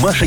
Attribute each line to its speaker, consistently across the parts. Speaker 1: Маша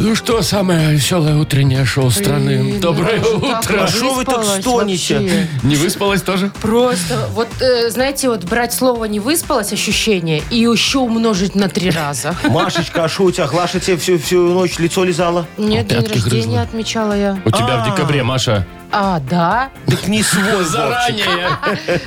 Speaker 2: Ну что, самое веселое утреннее шоу страны. Доброе утро.
Speaker 3: такое.
Speaker 4: А шо вы так
Speaker 3: Выспалась
Speaker 4: стоните?
Speaker 3: вообще.
Speaker 2: Не выспалась тоже?
Speaker 3: Просто, вот, э, знаете, вот брать слово «не выспалась» ощущение и еще умножить на три раза.
Speaker 4: Машечка, а что у тебя? Глаша тебе всю, всю ночь лицо лизала?
Speaker 3: Нет, день
Speaker 2: Пятки
Speaker 3: рождения
Speaker 2: грызла.
Speaker 3: отмечала я.
Speaker 2: У тебя в декабре, Маша.
Speaker 3: А, да?
Speaker 4: Так не свой, Вовчик.
Speaker 2: Заранее.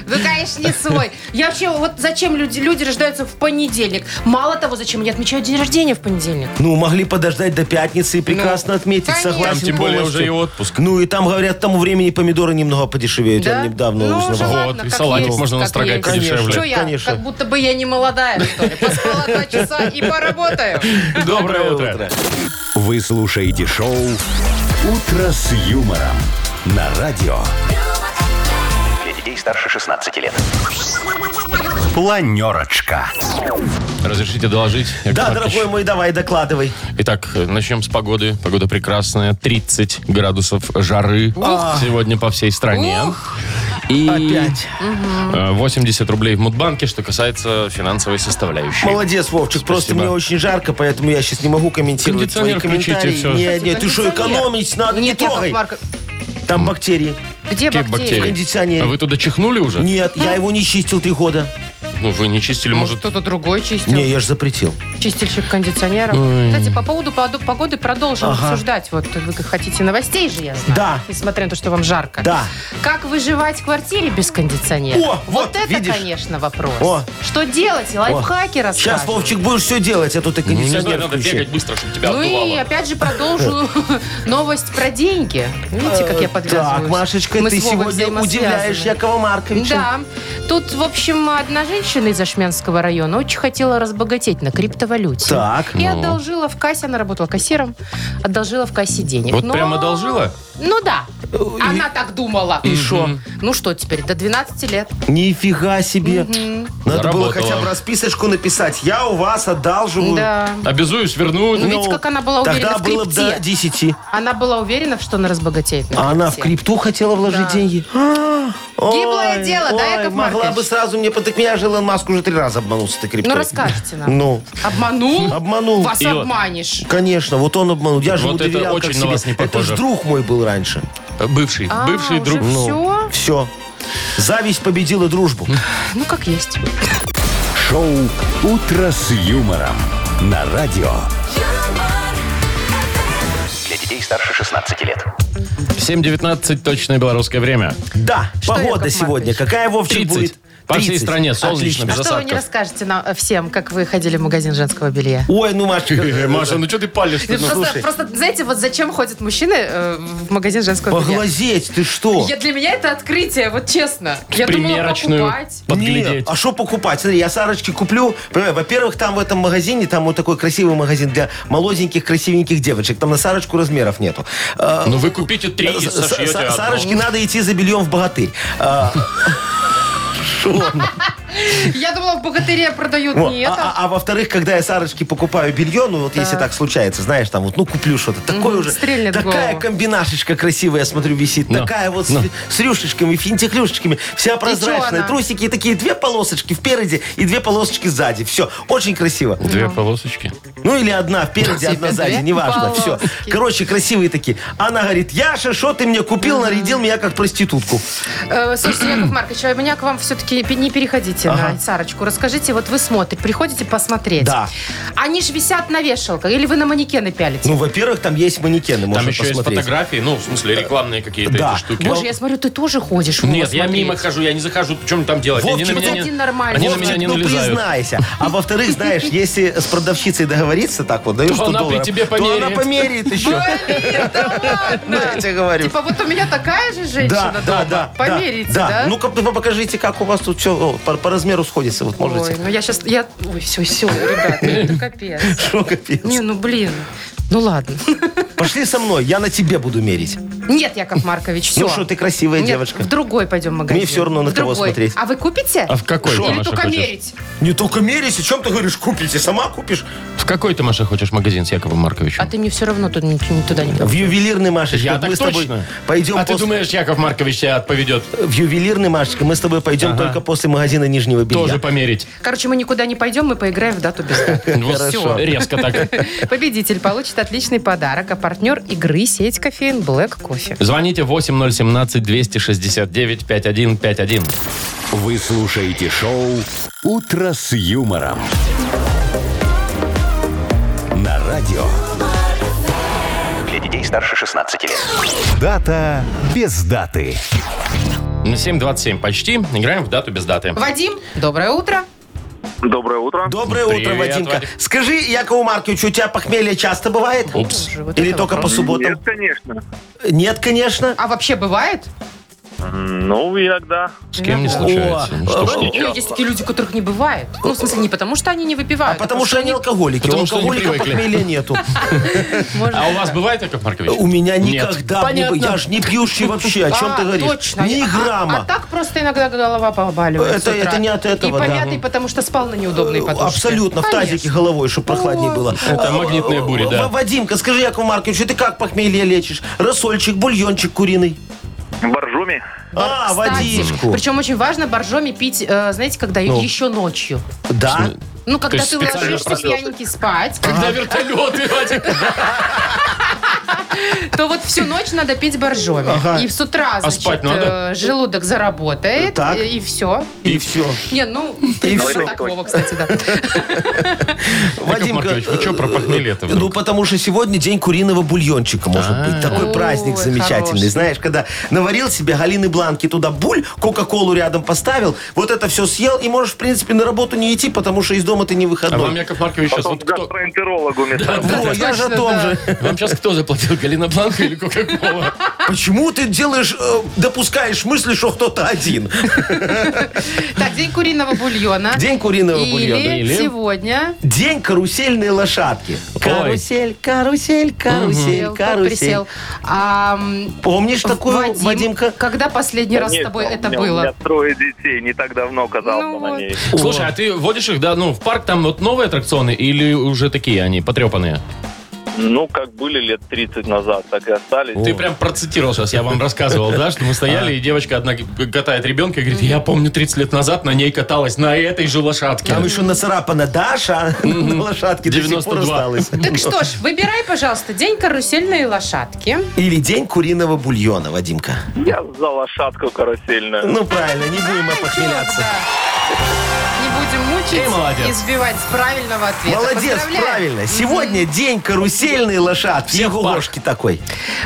Speaker 3: Вы, конечно, не свой. Я вообще, вот зачем люди, люди рождаются в понедельник? Мало того, зачем я отмечаю день рождения в понедельник?
Speaker 4: Ну, могли подождать до пятницы и прекрасно отметить,
Speaker 3: Ну, конечно.
Speaker 4: согласен
Speaker 2: Там тем более
Speaker 4: полностью.
Speaker 2: уже и отпуск.
Speaker 4: Ну, и там, говорят, к тому времени помидоры немного подешевеют. Я недавно
Speaker 3: ну, уже
Speaker 4: узнавал.
Speaker 3: ладно,
Speaker 2: Вот, и
Speaker 3: как
Speaker 2: салатик
Speaker 3: есть,
Speaker 2: можно
Speaker 3: как
Speaker 2: настрогать
Speaker 3: есть.
Speaker 2: подешевле.
Speaker 3: Что я,
Speaker 4: Конечно.
Speaker 3: как будто бы я не молодая, что ли? Поспала два часа и поработаю.
Speaker 2: Доброе утро.
Speaker 1: Вы слушаете шоу «Утро с юмором» на радио. Для детей старше 16 лет. Планерочка.
Speaker 2: Разрешите доложить? Яков
Speaker 4: Да,
Speaker 2: Маркович?
Speaker 4: дорогой мой, давай, докладывай.
Speaker 2: Итак, э, начнем с погоды. Погода прекрасная. 30 градусов жары сегодня по всей стране. И
Speaker 4: Опять.
Speaker 2: э, 80 рублей в Мудбанке, что касается финансовой составляющей.
Speaker 4: Молодец, Вовчик. Просто
Speaker 2: Спасибо.
Speaker 4: мне очень жарко, поэтому я сейчас не могу комментировать твои
Speaker 2: Кондиционер включите,
Speaker 4: комментарии.
Speaker 2: всё.
Speaker 4: Нет, нет, ты что,
Speaker 3: Кондиционер.
Speaker 4: экономить надо, не
Speaker 3: Нет, Яков
Speaker 4: трогай.
Speaker 3: Марков-
Speaker 4: Там бактерии.
Speaker 2: Какие
Speaker 3: Где бактерии?
Speaker 2: бактерии?
Speaker 4: Кондиционер.
Speaker 2: А вы туда чихнули уже?
Speaker 4: Нет,
Speaker 3: Ну?
Speaker 4: я его не чистил три года.
Speaker 2: Ну, вы не чистили,
Speaker 3: Может,
Speaker 2: может...
Speaker 3: кто-то другой чистил?
Speaker 4: Не, я же запретил.
Speaker 3: Чистильщик кондиционеров. Кстати, по поводу подо- погоды продолжим обсуждать. Вот вы хотите новостей же, я знаю.
Speaker 4: Да.
Speaker 3: Несмотря на то, что вам жарко.
Speaker 4: Да.
Speaker 3: Как выживать в квартире без кондиционера?
Speaker 4: О, вот,
Speaker 3: это,
Speaker 4: видишь?
Speaker 3: конечно, вопрос.
Speaker 4: О.
Speaker 3: Что делать? Лайфхаки
Speaker 4: Сейчас,
Speaker 3: расскажут.
Speaker 4: Вовчик, будешь все делать, а то ты
Speaker 2: Ну, не знаю,
Speaker 4: кондиционер
Speaker 2: надо бегать
Speaker 4: включи.
Speaker 2: быстро, чтобы тебя
Speaker 3: Ну и
Speaker 2: отдувало.
Speaker 3: опять же продолжу новость про деньги. Видите, как я подвязываюсь?
Speaker 4: Э, Так, Машечка,
Speaker 3: Мы
Speaker 4: ты
Speaker 3: с Вовой
Speaker 4: сегодня
Speaker 3: взаимосвязаны.
Speaker 4: удивляешь Якова Марковича.
Speaker 3: Да. Тут, в общем, одна женщина из Ашмянского района очень хотела разбогатеть на криптовалюте.
Speaker 4: Так.
Speaker 3: И одолжила в кассе, она работала кассиром, одолжила в кассе денег.
Speaker 2: Вот
Speaker 3: Но-
Speaker 2: прям одолжила?
Speaker 3: Ну да. Она так думала.
Speaker 4: И шо?
Speaker 3: Ну что теперь, до 12 лет.
Speaker 4: Нифига себе. Надо
Speaker 2: Заработала.
Speaker 4: было хотя бы расписочку написать. Я у вас одалживаю.
Speaker 3: Да.
Speaker 2: Обязуюсь
Speaker 3: Ну,
Speaker 2: вернуть.
Speaker 3: видите, как она была уверена
Speaker 4: Тогда
Speaker 3: в
Speaker 4: было бы
Speaker 3: крипте.
Speaker 4: до 10.
Speaker 3: Она была уверена, что она разбогатеет на
Speaker 4: А она в
Speaker 3: крипте.
Speaker 4: крипту хотела вложить
Speaker 3: Да.
Speaker 4: деньги?
Speaker 3: Гиблое
Speaker 4: Ой,
Speaker 3: дело, да,
Speaker 4: ой,
Speaker 3: Яков
Speaker 4: Могла
Speaker 3: Маркович?
Speaker 4: бы сразу мне под... Так меня же Илон Маск уже три раза обманулся этой криптой.
Speaker 3: Ну, расскажете нам.
Speaker 4: Ну,
Speaker 3: Обманул?
Speaker 4: Обманул.
Speaker 3: Вас
Speaker 2: И вот-
Speaker 3: обманешь.
Speaker 4: конечно, вот он обманул. Я же
Speaker 2: Вот
Speaker 4: ему
Speaker 2: это
Speaker 4: доверял
Speaker 2: очень
Speaker 4: как
Speaker 2: на
Speaker 4: себе.
Speaker 2: вас не
Speaker 4: это
Speaker 2: похоже.
Speaker 4: ж друг мой был раньше.
Speaker 2: Бывший.
Speaker 3: А,
Speaker 2: Бывший
Speaker 3: уже
Speaker 2: друг. Ну.
Speaker 3: Все?
Speaker 4: Все. Зависть победила дружбу.
Speaker 3: Ну, как есть.
Speaker 1: Шоу «Утро с юмором» на радио. Для детей старше 16 лет.
Speaker 2: 7.19 точное белорусское время.
Speaker 4: Да, погода
Speaker 3: Яков
Speaker 4: сегодня.
Speaker 3: Маркович?
Speaker 4: Какая, Вовчик,
Speaker 2: 30.
Speaker 4: будет?
Speaker 2: По всей стране солнечно,
Speaker 4: Отлично.
Speaker 2: без
Speaker 3: Что вы не
Speaker 2: осадков.
Speaker 3: расскажете нам э, всем, как вы ходили в магазин женского белья?
Speaker 4: Ой, ну, Машечка,
Speaker 2: Э, Маша, ну что ты палишь?
Speaker 3: Просто,
Speaker 4: слушай.
Speaker 3: просто, знаете, вот зачем ходят мужчины э, в магазин женского белья?
Speaker 4: поглазеть, ты что?
Speaker 3: Я, для меня это открытие, вот честно. Я думала
Speaker 2: Примерочную
Speaker 3: покупать.
Speaker 2: подглядеть.
Speaker 4: Не, а что покупать? Смотри, я Сарочке куплю. Понимаю, во-первых, там в этом магазине, там вот такой красивый магазин для молоденьких, красивеньких девочек. Там на Сарочку размеров нету. А,
Speaker 2: Ну вы купите три и
Speaker 4: С- С-
Speaker 2: сошьете одну.
Speaker 4: Сарочке надо идти за бельем в богатырь. А,
Speaker 3: Я думала, в богатыре продают
Speaker 4: вот.
Speaker 3: не
Speaker 4: А-
Speaker 3: это.
Speaker 4: а а во-вторых, когда я Сарочке покупаю белье, ну вот если так случается, знаешь, там вот, ну куплю что-то, такое
Speaker 3: Мгм,
Speaker 4: уже,
Speaker 3: стрельнет в
Speaker 4: такая
Speaker 3: голову.
Speaker 4: комбинашечка красивая, я смотрю, висит,
Speaker 2: Ну,
Speaker 4: такая вот с-
Speaker 2: ну.
Speaker 4: с рюшечками, финтихрюшечками, вся прозрачная,
Speaker 3: она?
Speaker 4: трусики и такие две полосочки впереди и две полосочки сзади, все, очень красиво.
Speaker 2: Две полосочки.
Speaker 4: Ну или одна впереди,
Speaker 3: Тебе
Speaker 4: одна сзади,
Speaker 3: две
Speaker 4: неважно. Все.
Speaker 3: полоски.
Speaker 4: Короче, красивые такие. Она говорит, Яша, что ты мне купил, нарядил меня как проститутку. а.
Speaker 3: Э, Слушайте, Яков Маркович, а у меня к вам все-таки не переходите на Сарочку. Расскажите, вот вы смотрите, приходите посмотреть.
Speaker 4: Да.
Speaker 3: Они же висят на вешалках, или вы на манекены пялите?
Speaker 4: Ну, во-первых, там есть манекены,
Speaker 2: Там
Speaker 4: можно
Speaker 2: еще есть
Speaker 4: посмотреть. Э,
Speaker 2: фотографии, ну, в смысле, рекламные какие-то
Speaker 4: Да.
Speaker 2: эти штуки.
Speaker 3: Боже, я смотрю, ты тоже ходишь. Вова,
Speaker 2: Нет, я
Speaker 3: смотреть.
Speaker 2: мимо хожу, я не захожу. Что мне там делать? они на
Speaker 4: Вовчик,
Speaker 2: меня
Speaker 3: Заходи
Speaker 2: не,
Speaker 3: нормально.
Speaker 2: они на
Speaker 3: Вовчик,
Speaker 2: меня не
Speaker 4: ну,
Speaker 2: налезают.
Speaker 4: признайся. А во-вторых, знаешь, если с продавщицей договориться так вот, даю
Speaker 2: То
Speaker 4: 100
Speaker 2: она при
Speaker 4: долларов,
Speaker 2: тебе
Speaker 4: то она
Speaker 2: померяет.
Speaker 4: померяет еще.
Speaker 3: Блин, да
Speaker 4: Ну,
Speaker 3: ладно.
Speaker 4: я тебе говорю.
Speaker 3: Типа вот у меня такая же женщина
Speaker 4: Да, да,
Speaker 3: дома.
Speaker 4: да. Ну,
Speaker 3: Померите, да?
Speaker 4: Ну-ка, вы покажите, как у вас тут все по, по размеру сходится. Вот
Speaker 3: Ой,
Speaker 4: можете.
Speaker 3: ну я сейчас, я, ой, все, все, ребят, ну это капец.
Speaker 4: Шо, капец.
Speaker 3: Не, ну блин, ну ладно.
Speaker 4: Пошли со мной, я на тебе буду мерить.
Speaker 3: Нет, Яков Маркович, все.
Speaker 4: Ну что, ты красивая
Speaker 3: Нет,
Speaker 4: девочка.
Speaker 3: в другой пойдем магазин.
Speaker 4: Мне всё равно, на
Speaker 3: В
Speaker 4: кого
Speaker 3: другой.
Speaker 4: смотреть.
Speaker 3: А вы купите?
Speaker 2: А в какой ты,
Speaker 3: Или
Speaker 2: Маша,
Speaker 3: только
Speaker 2: хочешь?
Speaker 3: мерить?
Speaker 4: Не только мерись, о чем ты говоришь, купите, сама купишь.
Speaker 2: В какой ты, Маша, хочешь магазин с Яковом Марковичем?
Speaker 3: А ты мне все равно тут ни- ни туда не
Speaker 4: В ювелирный, Машечка,
Speaker 2: Я
Speaker 4: мы
Speaker 2: так
Speaker 4: с тобой
Speaker 2: точно.
Speaker 4: пойдем
Speaker 2: А ты
Speaker 4: после-
Speaker 2: думаешь, Яков Маркович тебя поведет
Speaker 4: В ювелирный, Машечка, мы с тобой пойдем только после магазина нижнего белья.
Speaker 2: тоже померить?
Speaker 3: Короче, мы никуда не пойдем, мы поиграем в дату без даты.
Speaker 2: Вот
Speaker 3: Всё.
Speaker 2: Ну, Резко так.
Speaker 3: Победитель получит отличный подарок, а партнер игры сеть кофеин Black Кофе.
Speaker 2: Звоните 8017-269-5151.
Speaker 1: Вы слушаете шоу «Утро с юмором». На радио. Для детей старше 16 лет. Дата без даты.
Speaker 2: 7.27 почти. Играем в дату без даты.
Speaker 3: Вадим, доброе утро.
Speaker 5: Доброе утро.
Speaker 4: Доброе утро,
Speaker 2: Привет,
Speaker 4: Вадимка.
Speaker 2: Вадик.
Speaker 4: Скажи, Якову Марковичу, у тебя похмелье часто бывает?
Speaker 2: Упс.
Speaker 3: Боже, вот
Speaker 4: Или
Speaker 3: это
Speaker 4: только по
Speaker 3: вопрос.
Speaker 4: субботам?
Speaker 5: Нет, конечно.
Speaker 4: Нет, конечно.
Speaker 3: А вообще бывает?
Speaker 5: Ну, иногда.
Speaker 2: С кем не
Speaker 3: О,
Speaker 2: случается. Ну, что ж
Speaker 4: ну,
Speaker 2: ты.
Speaker 3: Ну, есть такие люди, которых не бывает. Ну, в смысле, не потому что они не
Speaker 4: А
Speaker 3: выпивают.
Speaker 4: потому что они алкоголики.
Speaker 2: потому
Speaker 4: У
Speaker 2: что они
Speaker 4: алкоголика
Speaker 2: привыкли.
Speaker 4: похмелья нету.
Speaker 3: Может,
Speaker 2: А у вас бывает, Яков Маркович?
Speaker 4: У меня
Speaker 2: Нет.
Speaker 4: никогда не бы- Я же не пьющий вообще. О чем
Speaker 3: А,
Speaker 4: ты говоришь?
Speaker 3: Точно.
Speaker 4: Ни
Speaker 3: А- А,
Speaker 4: грамма.
Speaker 3: так просто иногда голова побаливает. с
Speaker 4: Это-
Speaker 3: утра.
Speaker 4: это не от этого,
Speaker 3: И
Speaker 4: да.
Speaker 3: помятый, потому что спал на неудобной подушке.
Speaker 4: Абсолютно, в тазике
Speaker 3: Конечно.
Speaker 4: головой, чтобы прохладнее было.
Speaker 2: Это
Speaker 4: А,
Speaker 2: магнитная буря, да.
Speaker 4: В- Вадимка, скажи, Якову Марковичу, ты как похмелье лечишь? Рассольчик, бульончик куриный?
Speaker 5: Боржоми.
Speaker 4: А,
Speaker 3: Кстати,
Speaker 4: водичку.
Speaker 3: Причем очень важно боржоми пить, э, знаете, когда еще ночью.
Speaker 4: Да?
Speaker 3: Ну, когда
Speaker 2: Ну. есть
Speaker 3: ты
Speaker 2: специально
Speaker 3: ложишься
Speaker 2: проснулся.
Speaker 3: пьяненький спать,
Speaker 2: Когда вертолеты, Вадик.
Speaker 3: то вот всю ночь надо пить боржоми.
Speaker 4: Ага.
Speaker 3: И с утра, значит,
Speaker 2: А спать надо?
Speaker 3: э, желудок заработает,
Speaker 4: Так.
Speaker 3: и, все.
Speaker 4: И все.
Speaker 3: Не, ну,
Speaker 4: И
Speaker 3: ну,
Speaker 4: всё.
Speaker 3: такого, кстати, да.
Speaker 2: Яков Маркович, вы что про похмелье-то
Speaker 4: Ну,
Speaker 2: вдруг? А.
Speaker 4: потому что сегодня день куриного бульончика, может быть. Такой
Speaker 3: Ой,
Speaker 4: праздник замечательный.
Speaker 3: хороший.
Speaker 4: Знаешь, когда наварил себе Галины Бланки туда буль, Кока-Колу рядом поставил, вот это все съел, и можешь, в принципе, на работу не идти, потому что из дома ты не
Speaker 2: А вам,
Speaker 4: выходной.
Speaker 2: Яков Маркович, сейчас
Speaker 5: Потом
Speaker 2: вот
Speaker 5: к
Speaker 2: кто...
Speaker 5: гастроэнтерологу вместо.
Speaker 4: Во, я же о том же.
Speaker 2: Вам сейчас кто заплатил, Галина Бланка или Кока-Кола?
Speaker 4: Почему ты делаешь, э, допускаешь мысли, что кто-то один?
Speaker 3: Так, день куриного бульона.
Speaker 4: День куриного бульона.
Speaker 3: Или
Speaker 2: Или?
Speaker 3: сегодня
Speaker 4: День карусельной лошадки. Карусель, карусель, карусель,
Speaker 3: Сел, кто
Speaker 4: карусель.
Speaker 3: присел. А, м,
Speaker 4: Помнишь такую,
Speaker 3: Вадим,
Speaker 4: Вадимка?
Speaker 3: когда последний раз с
Speaker 5: Конечно,
Speaker 3: тобой
Speaker 5: у
Speaker 3: это
Speaker 5: меня- У меня
Speaker 3: было?
Speaker 5: трое детей, не так давно катался
Speaker 3: Ну
Speaker 5: на
Speaker 3: вот.
Speaker 5: ней.
Speaker 2: Слушай, а ты водишь их, да, ну, в парк, там вот новые аттракционы или уже такие они, потрепанные?
Speaker 5: Ну, как были лет 30 назад, так и остались.
Speaker 2: Ты прям процитировал сейчас, я вам рассказывал, да, что мы
Speaker 4: А.
Speaker 2: стояли, и девочка одна катает ребенка и говорит, я помню 30 лет назад на ней каталась, на этой же лошадке.
Speaker 4: Там еще нацарапана Даша на лошадке до сих пор
Speaker 2: 92.
Speaker 4: осталась.
Speaker 3: Так что ж, выбирай, пожалуйста, день карусельной лошадки.
Speaker 4: Или день куриного бульона, Вадимка.
Speaker 5: Я за лошадку карусельную.
Speaker 4: Ну правильно, не будем мы похмеляться.
Speaker 3: Не будем мучить
Speaker 2: Ты молодец.
Speaker 3: и сбивать с правильного ответа.
Speaker 4: Молодец,
Speaker 3: Поздравляем.
Speaker 4: правильно. Сегодня день карусельной лошадки.
Speaker 2: Все в парк.
Speaker 4: ложки такой.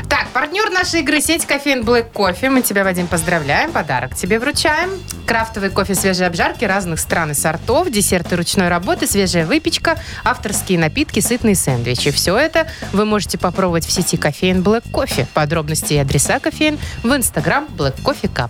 Speaker 3: Так, партнер нашей игры сеть кофеин Black Кофе. Мы тебя, Вадим, поздравляем. Подарок тебе вручаем. Крафтовый кофе свежей обжарки разных стран и сортов, десерты ручной работы, свежая выпечка, авторские напитки, сытные сэндвичи. Все это вы можете попробовать в сети кофеин Black Кофе. Подробности и адреса кофеин в инстаграм Black Кофе Cup.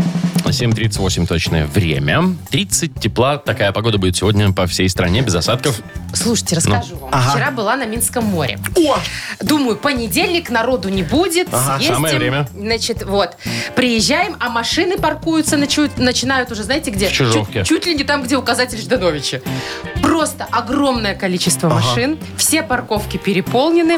Speaker 2: 7.38 точное время. 30 тепла. Такая погода будет сегодня по всей стране, без осадков.
Speaker 3: Слушайте, расскажу вам.
Speaker 4: Ага.
Speaker 3: Вчера была на Минском море.
Speaker 4: О!
Speaker 3: Думаю, понедельник народу не будет.
Speaker 4: Ага,
Speaker 3: съездим.
Speaker 2: самое время.
Speaker 3: Значит, вот. Приезжаем, а машины паркуются, начу- начинают уже, знаете, где?
Speaker 2: В Чижовке.
Speaker 3: Чуть, чуть ли не там, где указатель Ждановича. Просто огромное количество машин. Все парковки переполнены.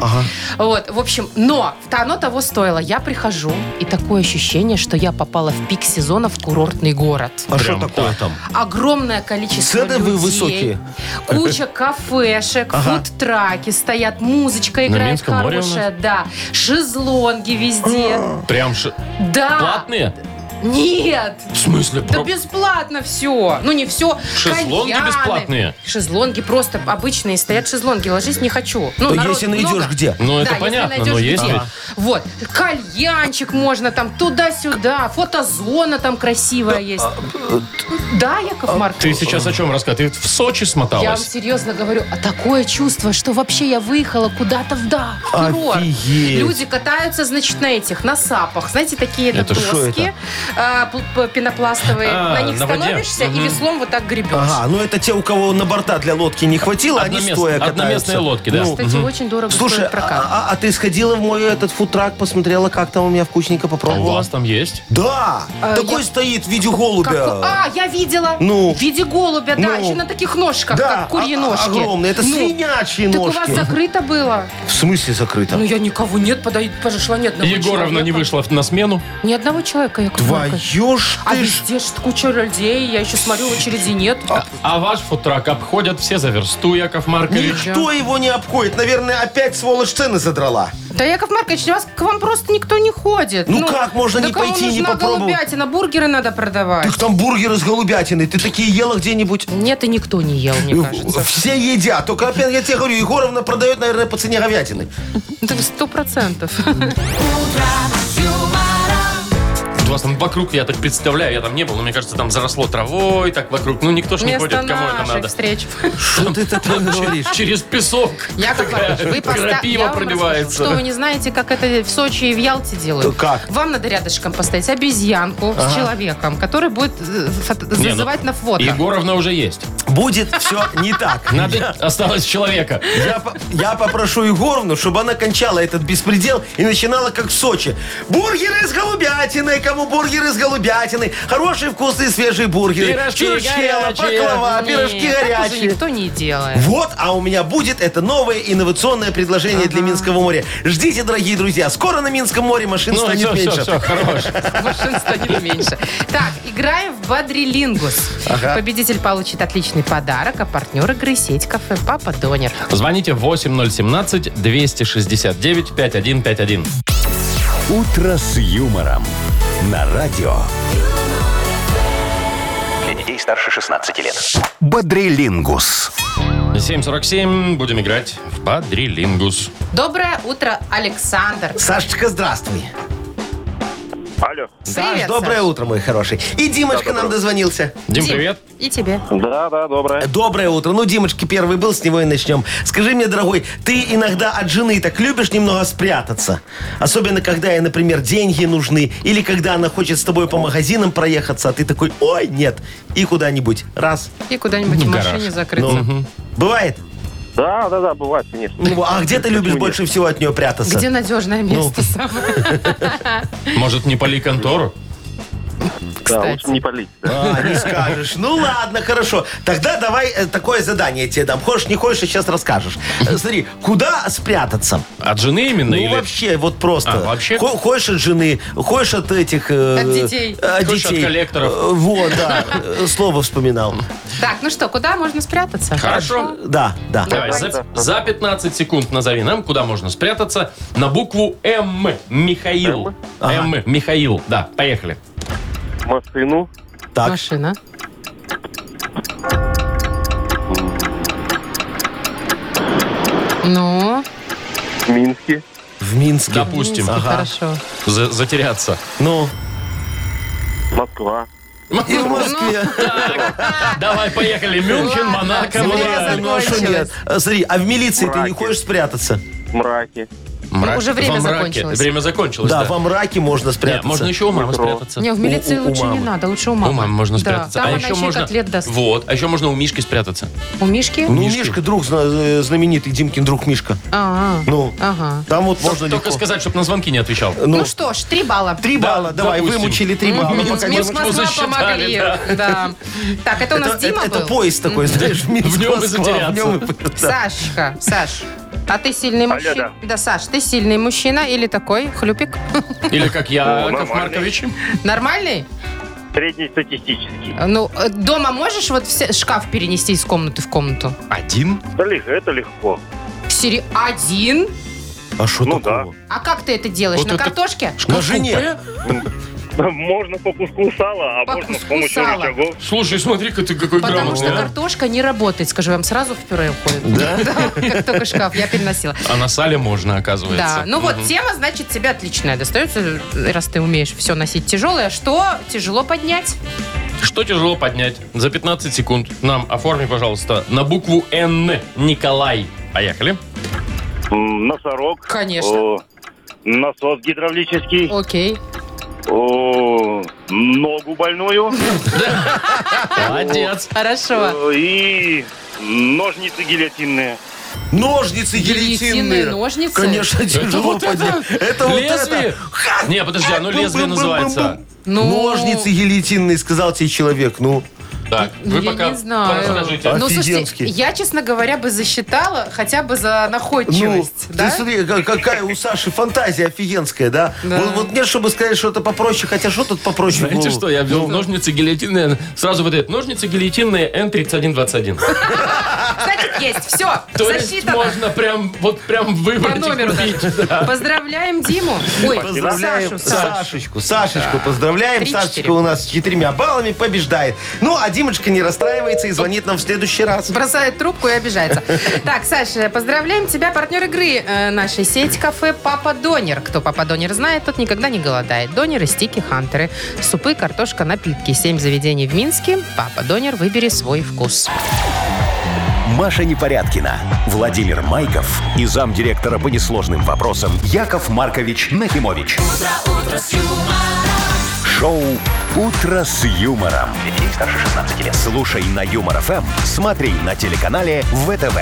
Speaker 3: Вот, в общем, но то оно того стоило. Я прихожу, и такое ощущение, что я попала в пик сезона в курортный город.
Speaker 4: А что такое там?
Speaker 3: Огромное количество
Speaker 4: Цены вы
Speaker 3: людей.
Speaker 4: высокие.
Speaker 3: Куча кафешек,
Speaker 4: Ага.
Speaker 3: фудтраки стоят, музычка играет
Speaker 2: Минском море у нас?
Speaker 3: хорошая, да. Шезлонги везде.
Speaker 4: А.
Speaker 2: Прям ш-
Speaker 3: да.
Speaker 2: платные?
Speaker 3: Нет.
Speaker 2: В смысле?
Speaker 3: А. Да
Speaker 2: про-
Speaker 3: бесплатно все. Ну, не все.
Speaker 2: Шезлонги бесплатные?
Speaker 3: Шезлонги просто обычные. Стоят шезлонги. Ложись не хочу. Ну,
Speaker 4: Да
Speaker 3: народ
Speaker 4: если найдешь
Speaker 3: много.
Speaker 4: где.
Speaker 2: Ну, это
Speaker 3: Да, если
Speaker 2: понятно,
Speaker 3: найдешь
Speaker 2: но есть
Speaker 3: где.
Speaker 2: ведь.
Speaker 3: Вот. Кальянчик можно там туда-сюда. Фотозона там красивая есть.
Speaker 4: а, э,
Speaker 3: Да, Яков Маркович?
Speaker 2: Ты сейчас о чем рассказываешь? Ты в Сочи
Speaker 3: Я вам
Speaker 2: смоталась?
Speaker 3: серьезно говорю, а такое чувство, что вообще я выехала куда-то вдаль. в курорт.
Speaker 4: Офигеть.
Speaker 3: Люди катаются, значит, на этих, на сапах. Знаете, такие это
Speaker 2: Это
Speaker 4: шо
Speaker 3: доски.
Speaker 4: это?
Speaker 3: а, пл- п- пенопластовые,
Speaker 2: А,
Speaker 3: на них
Speaker 2: на воде.
Speaker 3: становишься и
Speaker 2: Мгм.
Speaker 3: веслом вот так гребешь.
Speaker 4: Ага, ну это те, у кого на борта для лодки не хватило, они
Speaker 2: Одномест-
Speaker 4: стоя катаются.
Speaker 2: одноместные лодки, да.
Speaker 4: Ну,
Speaker 3: Кстати, очень дорого
Speaker 4: Слушай,
Speaker 3: стоит прокат.
Speaker 4: а, а- а ты сходила в мой этот фудтрак, посмотрела, как там у меня вкусненько
Speaker 2: У
Speaker 4: попробовала?
Speaker 2: вас там есть?
Speaker 4: Да!
Speaker 3: А,
Speaker 4: такой
Speaker 3: я-
Speaker 4: стоит в виде голубя.
Speaker 3: Как- А, я видела.
Speaker 4: Ну.
Speaker 3: в виде голубя, да,
Speaker 4: Ну.
Speaker 3: еще на таких ножках,
Speaker 4: Да,
Speaker 3: как курьи
Speaker 4: а- а-
Speaker 3: ножки. Ну,
Speaker 4: огромные, это свинячьи
Speaker 3: так
Speaker 4: ножки.
Speaker 3: у вас закрыто было?
Speaker 4: В смысле закрыто?
Speaker 3: Ну, я никого нет, подойду, пошла ни одного
Speaker 2: Егоровна не
Speaker 3: человека.
Speaker 2: вышла на смену.
Speaker 3: Ни одного человека, я
Speaker 4: Твою ж
Speaker 3: А
Speaker 4: ты ж...
Speaker 3: везде ж куча людей, я еще смотрю, очереди нет.
Speaker 2: А ваш футрак обходят все за версту, Яков Маркович.
Speaker 4: Никто его не обходит. Наверное, опять сволочь цены задрала.
Speaker 3: Да, Яков Маркович, у вас к вам просто никто не ходит.
Speaker 4: Ну как можно не
Speaker 3: да кому
Speaker 4: пойти, не
Speaker 3: нужна
Speaker 4: попробовать?
Speaker 3: голубятина, бургеры надо продавать.
Speaker 4: Так там бургеры с голубятиной. Ты такие ела где-нибудь? Э,
Speaker 3: Нет, и никто не ел, мне
Speaker 4: Ну
Speaker 3: кажется.
Speaker 4: Все едят. Только опять я тебе говорю, Егоровна продает, наверное, по цене говядины.
Speaker 3: Да Сто процентов.
Speaker 2: У вас там вокруг, я так представляю, я там не был, но мне кажется, там заросло травой, так вокруг. Ну, никто ж не
Speaker 3: Вместо
Speaker 2: ходит, кому это
Speaker 3: наших
Speaker 2: надо.
Speaker 3: встреч.
Speaker 4: Что ты такое говоришь?
Speaker 2: Через песок.
Speaker 3: Яков Маркович, вы
Speaker 2: Такая
Speaker 3: поста-
Speaker 2: крапива
Speaker 3: я вам
Speaker 2: проливается.
Speaker 3: расскажу, Что вы не знаете, как это в Сочи и в Ялте делают?
Speaker 4: Да как?
Speaker 3: Вам надо рядышком поставить обезьянку с человеком, который будет э, фото-
Speaker 2: Не, ну,
Speaker 3: зазывать на фото.
Speaker 2: Егоровна уже есть.
Speaker 4: Будет все не так.
Speaker 2: Надо осталось человека.
Speaker 4: Я, по- я попрошу Егоровну, чтобы она кончала этот беспредел и начинала как в Сочи. Бургеры с голубятиной, кому бургеры с голубятиной, хорошие вкусные свежие бургеры,
Speaker 2: Пирожки
Speaker 4: чурчхела,
Speaker 2: горячие.
Speaker 4: баклава,
Speaker 3: Не,
Speaker 4: пирожки
Speaker 3: так уже
Speaker 4: горячие.
Speaker 3: никто не делает.
Speaker 4: Вот, а у меня будет это новое инновационное предложение для Минского моря. Ждите, дорогие друзья, скоро на Минском море машин
Speaker 2: Ну,
Speaker 4: станет
Speaker 2: все,
Speaker 4: меньше.
Speaker 2: все, все, хорош.
Speaker 3: Машин станет меньше. Так, играем в Бадрилингус. Победитель получит отличный подарок, а партнер игры сеть кафе Папа Донер.
Speaker 2: Звоните 8017-269-5151.
Speaker 1: «Утро с юмором» на радио.
Speaker 6: Для детей старше 16 лет.
Speaker 1: Бодрилингус.
Speaker 2: 747. Будем играть в Бадрилингус.
Speaker 3: Доброе утро, Александр.
Speaker 4: Сашечка, здравствуй.
Speaker 5: Алло.
Speaker 4: Саш,
Speaker 3: Привет,
Speaker 4: доброе
Speaker 3: Саш.
Speaker 4: утро, мой хороший. И Димочка нам дозвонился.
Speaker 2: Дим,
Speaker 3: Дим,
Speaker 2: привет.
Speaker 3: И тебе.
Speaker 5: Да, да, доброе.
Speaker 4: Доброе утро. Ну, Димочки первый был, с него и начнем. Скажи мне, дорогой, ты иногда от жены так любишь немного спрятаться? Особенно, когда ей, например, деньги нужны, или когда она хочет с тобой по магазинам проехаться, а ты такой, ой, нет, и куда-нибудь. Раз.
Speaker 3: И куда-нибудь в
Speaker 2: гараж.
Speaker 3: машине
Speaker 4: Ну,
Speaker 3: закрыться.
Speaker 4: бывает?
Speaker 5: Да, да, да, бывает, конечно.
Speaker 4: Ну, а где ты любишь больше всего от нее прятаться?
Speaker 3: Где надежное
Speaker 4: Ну.
Speaker 3: место самое?
Speaker 2: Может, не поли контору?
Speaker 5: Да,
Speaker 3: кстати.
Speaker 5: лучше не палить. да.
Speaker 4: А, не скажешь. Ну ладно, хорошо. Тогда давай э, такое задание тебе дам. Хочешь, не хочешь, сейчас расскажешь. Э, Смотри, куда спрятаться?
Speaker 2: От жены именно?
Speaker 4: Ну,
Speaker 2: или...
Speaker 4: вообще, вот просто.
Speaker 2: А, вообще?
Speaker 4: Хо- Хочешь от жены, хочешь от этих... э,
Speaker 3: От детей.
Speaker 4: э, От
Speaker 2: Хочешь от
Speaker 4: детей.
Speaker 2: коллекторов.
Speaker 4: Э, Вот, да. Э, Слово вспоминал.
Speaker 3: Так, ну что, куда можно спрятаться?
Speaker 2: Хорошо.
Speaker 4: Да, да.
Speaker 2: Давай, за, за 15 секунд назови нам, куда можно спрятаться. На букву М. Михаил. М. Михаил. Да, поехали.
Speaker 5: Машину.
Speaker 4: Так.
Speaker 3: Машина. Ну,
Speaker 5: В Минске.
Speaker 4: В Минске.
Speaker 2: Допустим.
Speaker 4: Ага.
Speaker 3: хорошо.
Speaker 2: За- затеряться.
Speaker 4: Ну,
Speaker 5: Москва.
Speaker 3: Ну,
Speaker 4: и в Москве.
Speaker 2: Давай, поехали. Мюнхен,
Speaker 3: Ладно,
Speaker 2: Монако.
Speaker 3: всё,
Speaker 4: Ну,
Speaker 3: время
Speaker 4: ладно, ну, а что
Speaker 3: закончилось.
Speaker 4: нет? Э, Смотри, а в милиции ты не
Speaker 5: Мраки.
Speaker 4: хочешь спрятаться?
Speaker 5: Мраки.
Speaker 2: Мрак-
Speaker 3: уже время
Speaker 2: во мраке.
Speaker 3: закончилось.
Speaker 2: Время закончилось,
Speaker 4: Да,
Speaker 2: да.
Speaker 4: во мраке можно
Speaker 2: Не,
Speaker 4: спрятаться.
Speaker 2: можно еще у мамы спрятаться.
Speaker 3: Не, в милиции
Speaker 4: у- у
Speaker 3: лучше не
Speaker 4: мамы.
Speaker 3: надо, лучше у
Speaker 2: У
Speaker 3: мамы.
Speaker 2: мамы можно
Speaker 3: Да,
Speaker 2: спрятаться.
Speaker 3: там
Speaker 2: а
Speaker 3: она
Speaker 2: еще
Speaker 3: и
Speaker 2: можно...
Speaker 3: котлет даст.
Speaker 2: Вот. А еще можно у Мишки спрятаться.
Speaker 3: У Мишки?
Speaker 4: Ну,
Speaker 2: Мишки.
Speaker 4: Мишка, друг, зна- э, знаменитый Димкин друг Мишка.
Speaker 3: А, а.
Speaker 4: Ну,
Speaker 3: Ага.
Speaker 4: там вот можно
Speaker 2: Только
Speaker 4: легко.
Speaker 2: сказать, чтобы на звонки не отвечал.
Speaker 3: Ну, что ж, три балла.
Speaker 4: Три
Speaker 2: Да,
Speaker 4: балла, давай,
Speaker 2: допустим.
Speaker 4: вымучили три балла.
Speaker 3: Мгм. Минск,
Speaker 4: Пока не-
Speaker 2: Москву
Speaker 3: Москва
Speaker 2: засчитали,
Speaker 3: помогли. Да. Так, это у нас
Speaker 4: Это,
Speaker 3: Дима
Speaker 4: э, это
Speaker 3: был?
Speaker 4: поезд такой, знаешь, Минск,
Speaker 2: В нем и
Speaker 4: Москва, в нем и- Да.
Speaker 3: Сашка, Саш, а ты сильный
Speaker 5: Алло,
Speaker 3: мужчина?
Speaker 5: да.
Speaker 3: Саш, ты сильный мужчина или такой хлюпик?
Speaker 2: Или как я,
Speaker 5: О,
Speaker 2: Яков
Speaker 5: нормально.
Speaker 2: Маркович.
Speaker 3: Нормальный?
Speaker 5: Среднестатистический.
Speaker 3: Ну, э, дома можешь вот все- шкаф перенести из комнаты в комнату?
Speaker 2: Один?
Speaker 5: Да легко, это легко.
Speaker 3: Сери... Один?
Speaker 4: А что
Speaker 5: Ну
Speaker 4: такого?
Speaker 3: А как ты это делаешь?
Speaker 2: Вот
Speaker 3: На
Speaker 2: это-
Speaker 3: картошке?
Speaker 4: На жене.
Speaker 5: Можно по куску сала, а
Speaker 3: По
Speaker 5: можно с
Speaker 3: куску
Speaker 5: помощью
Speaker 3: сала.
Speaker 5: рычагов.
Speaker 2: Слушай, смотри-ка ты какой
Speaker 3: Потому что
Speaker 2: грамотный. а.
Speaker 3: картошка не работает, скажу вам, сразу в пюре уходит. Да? как только шкаф, я переносила.
Speaker 2: А на сале можно, оказывается.
Speaker 3: Да, ну вот тема, значит, тебе отличная достается, раз ты умеешь все носить тяжелое. Что тяжело поднять?
Speaker 2: Что тяжело поднять? За 15 секунд нам оформи, пожалуйста, на букву Н. Николай. Поехали.
Speaker 5: М, Носорог.
Speaker 3: Конечно.
Speaker 5: О, Насос гидравлический.
Speaker 3: Окей.
Speaker 5: О, ногу больную
Speaker 2: Молодец.
Speaker 3: Хорошо.
Speaker 5: э, и ножницы гильотинные.
Speaker 4: Ножницы гильотинные.
Speaker 3: Гильотинные ножницы?
Speaker 4: Конечно, тяжело
Speaker 2: вот это?
Speaker 4: поднять. Это вот
Speaker 2: Лезвие?
Speaker 4: это. Ха!
Speaker 2: Не, подожди, оно лезвие
Speaker 4: Бум-бум-бум-бум-бум.
Speaker 2: называется.
Speaker 3: Ну.
Speaker 4: Ножницы гильотинные, сказал тебе человек. Ну,
Speaker 2: Так, вы
Speaker 3: я
Speaker 2: пока
Speaker 3: не знаю.
Speaker 2: подождите.
Speaker 3: Ну, слушайте,
Speaker 4: Офигенский.
Speaker 3: я, честно говоря, бы засчитала хотя бы за
Speaker 4: ну
Speaker 3: находчивость, да?
Speaker 4: ты смотри, ка- какая у Саши фантазия офигенская, да?
Speaker 3: Да.
Speaker 4: Вот, вот нет, чтобы сказать что-то попроще, хотя что тут попроще
Speaker 2: Знаете
Speaker 4: было?
Speaker 2: что, я
Speaker 4: ну
Speaker 2: ввел ножницы гильотинные, сразу вот это, ножницы гильотинные N3121.
Speaker 3: Значит, есть, все,
Speaker 2: То есть
Speaker 3: засчитано.
Speaker 2: можно прям, вот прям
Speaker 3: По
Speaker 2: выбрать и
Speaker 3: номеру
Speaker 2: купить.
Speaker 3: даже. Поздравляем Диму. Ой,
Speaker 4: Поздравляем
Speaker 3: Сашу. Сашу.
Speaker 4: Сашечку. Сашечку поздравляем.
Speaker 3: Три-четыре.
Speaker 4: Сашечка у нас с четырьмя баллами побеждает. Ну, а Димочка не расстраивается и звонит нам в следующий раз.
Speaker 3: Бросает трубку и обижается. Так, Саша, поздравляем тебя, партнер игры э, нашей сеть кафе Папа Донер. Кто Папа Донер знает, тот никогда не голодает. Донеры, стики, хантеры, супы, картошка, напитки. Семь заведений в Минске. Папа Донер, выбери свой вкус.
Speaker 1: Маша Непорядкина, Владимир Майков и замдиректора по несложным вопросам Яков Маркович Нахимович. Шоу Утро с юмором.
Speaker 6: Для детей старше 16 лет.
Speaker 1: Слушай на юмор ФМ, смотри на телеканале ВТВ.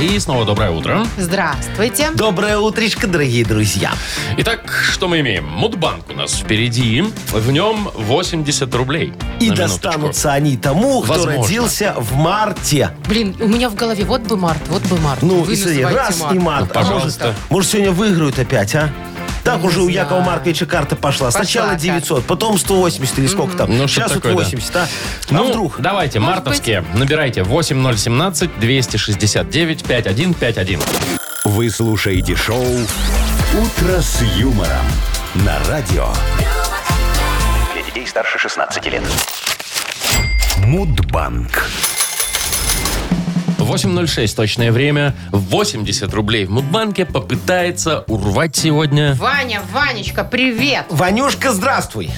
Speaker 2: И снова доброе утро.
Speaker 3: Здравствуйте.
Speaker 4: Доброе утречко, дорогие друзья.
Speaker 2: Итак, что мы имеем? Мудбанк у нас впереди. В нем 80 рублей.
Speaker 4: И
Speaker 2: На минуточку.
Speaker 4: достанутся они тому, кто
Speaker 2: Возможно.
Speaker 4: родился в марте.
Speaker 3: Блин, у меня в голове вот бы март, вот бы март.
Speaker 4: Ну,
Speaker 3: Вы
Speaker 4: и смотри,
Speaker 3: называйте
Speaker 4: раз
Speaker 3: март.
Speaker 4: и март.
Speaker 2: Ну,
Speaker 4: А
Speaker 2: пожалуйста. Ну,
Speaker 4: может, может, сегодня выиграют опять, а? Так
Speaker 3: Не
Speaker 4: уже у
Speaker 3: знаю.
Speaker 4: Якова Марковича карта пошла.
Speaker 3: Пошла
Speaker 4: Сначала
Speaker 3: карта.
Speaker 4: 900, потом 180 или сколько там.
Speaker 2: Ну, что
Speaker 4: Сейчас вот
Speaker 2: такое, да.
Speaker 4: 80, а? А
Speaker 2: Ну,
Speaker 4: вдруг?
Speaker 2: давайте,
Speaker 3: Может
Speaker 2: мартовские. Набирайте 8017-269-5151.
Speaker 1: Вы слушаете шоу Утро с юмором на радио
Speaker 6: Для детей старше 16 лет.
Speaker 1: Мудбанк.
Speaker 2: 8.06 точное время. 80 рублей в Мудбанке попытается урвать сегодня...
Speaker 3: Ваня, Ванечка, привет.
Speaker 4: Ванюшка, здравствуй.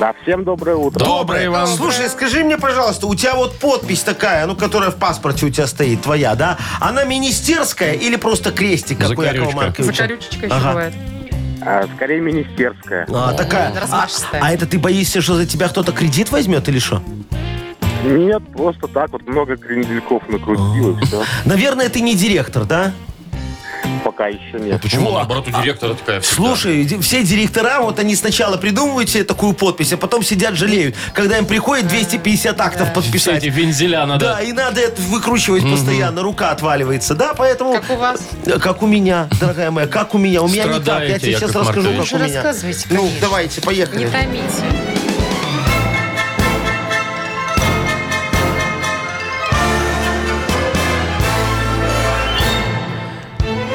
Speaker 5: Да, всем доброе утро.
Speaker 2: Доброе вам.
Speaker 4: Слушай, скажи мне, пожалуйста, у тебя вот подпись такая, ну, которая в паспорте у тебя стоит, твоя, да? Она министерская или просто крестик, как у Якова
Speaker 2: Закорючка.
Speaker 4: Марковича?
Speaker 3: Закорючечка еще
Speaker 4: Ага.
Speaker 3: бывает.
Speaker 5: А, скорее министерская.
Speaker 4: А, такая.
Speaker 3: да,
Speaker 4: а,
Speaker 3: размашистая.
Speaker 4: а это ты боишься, что за тебя кто-то кредит возьмет или что?
Speaker 5: Нет, просто так вот много крендельков накрутил и все.
Speaker 4: Наверное, ты не директор, да?
Speaker 5: Пока еще нет.
Speaker 2: Почему, наоборот, у директора такая всегда?
Speaker 4: Слушай, ди- все директора, вот они сначала придумывают себе такую подпись, а потом сидят жалеют, когда им приходит 250 актов
Speaker 2: Все
Speaker 4: подписать.
Speaker 2: эти вензеля надо...
Speaker 4: Да, и надо это выкручивать постоянно, рука отваливается. Да, поэтому...
Speaker 3: Как у вас?
Speaker 4: Э, Как у меня, дорогая моя, как у меня. У меня не так. Я
Speaker 2: Страдаете,
Speaker 4: тебе сейчас
Speaker 2: Яков
Speaker 4: расскажу,
Speaker 2: Маркович.
Speaker 4: как у
Speaker 3: Ну,
Speaker 4: меня.
Speaker 3: рассказывайте,
Speaker 4: Ну,
Speaker 3: конечно.
Speaker 4: давайте,
Speaker 3: Не
Speaker 4: поехали.
Speaker 3: томите.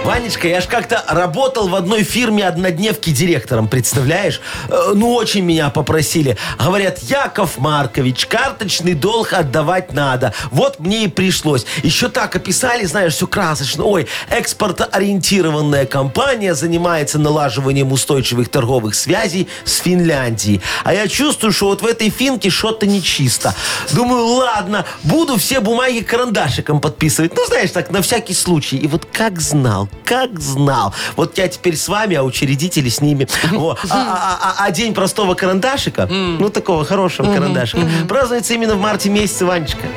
Speaker 4: Ванечка, я ж как-то работал в одной фирме однодневки директором, представляешь? Э, Ну, очень меня попросили. Говорят, Яков Маркович, карточный долг отдавать надо. Вот мне и пришлось. Еще так описали, знаешь, все красочно. Ой, экспортоориентированная компания занимается налаживанием устойчивых торговых связей с Финляндией. А я чувствую, что вот в этой финке что-то нечисто. Думаю, ладно, буду все бумаги карандашиком подписывать. Ну, знаешь, так, на всякий случай. И вот как знал, как знал. Вот я теперь с вами, а учредители с ними. Во. А, а- а- а день простого карандашика, ну, такого хорошего карандашика, празднуется именно в марте месяце, Ванечка.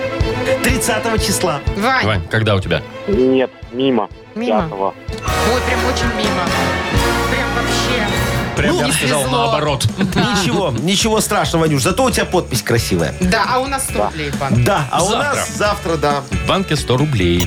Speaker 4: 30 числа.
Speaker 3: Вань,
Speaker 2: Вань, когда у тебя?
Speaker 5: Нет, мимо.
Speaker 3: Мимо.
Speaker 5: Пятого.
Speaker 3: ой, прям очень мимо. Прям вообще.
Speaker 2: Прям,
Speaker 3: Ну,
Speaker 2: я
Speaker 3: не
Speaker 2: бы сказал,
Speaker 3: свезло.
Speaker 2: наоборот.
Speaker 4: Ничего, ничего страшного, Ванюш. Зато у тебя подпись красивая.
Speaker 3: Да, а у нас 100 рублей, Ван.
Speaker 4: Да, а у
Speaker 2: Завтра.
Speaker 4: нас завтра, да.
Speaker 2: В банке 100 рублей.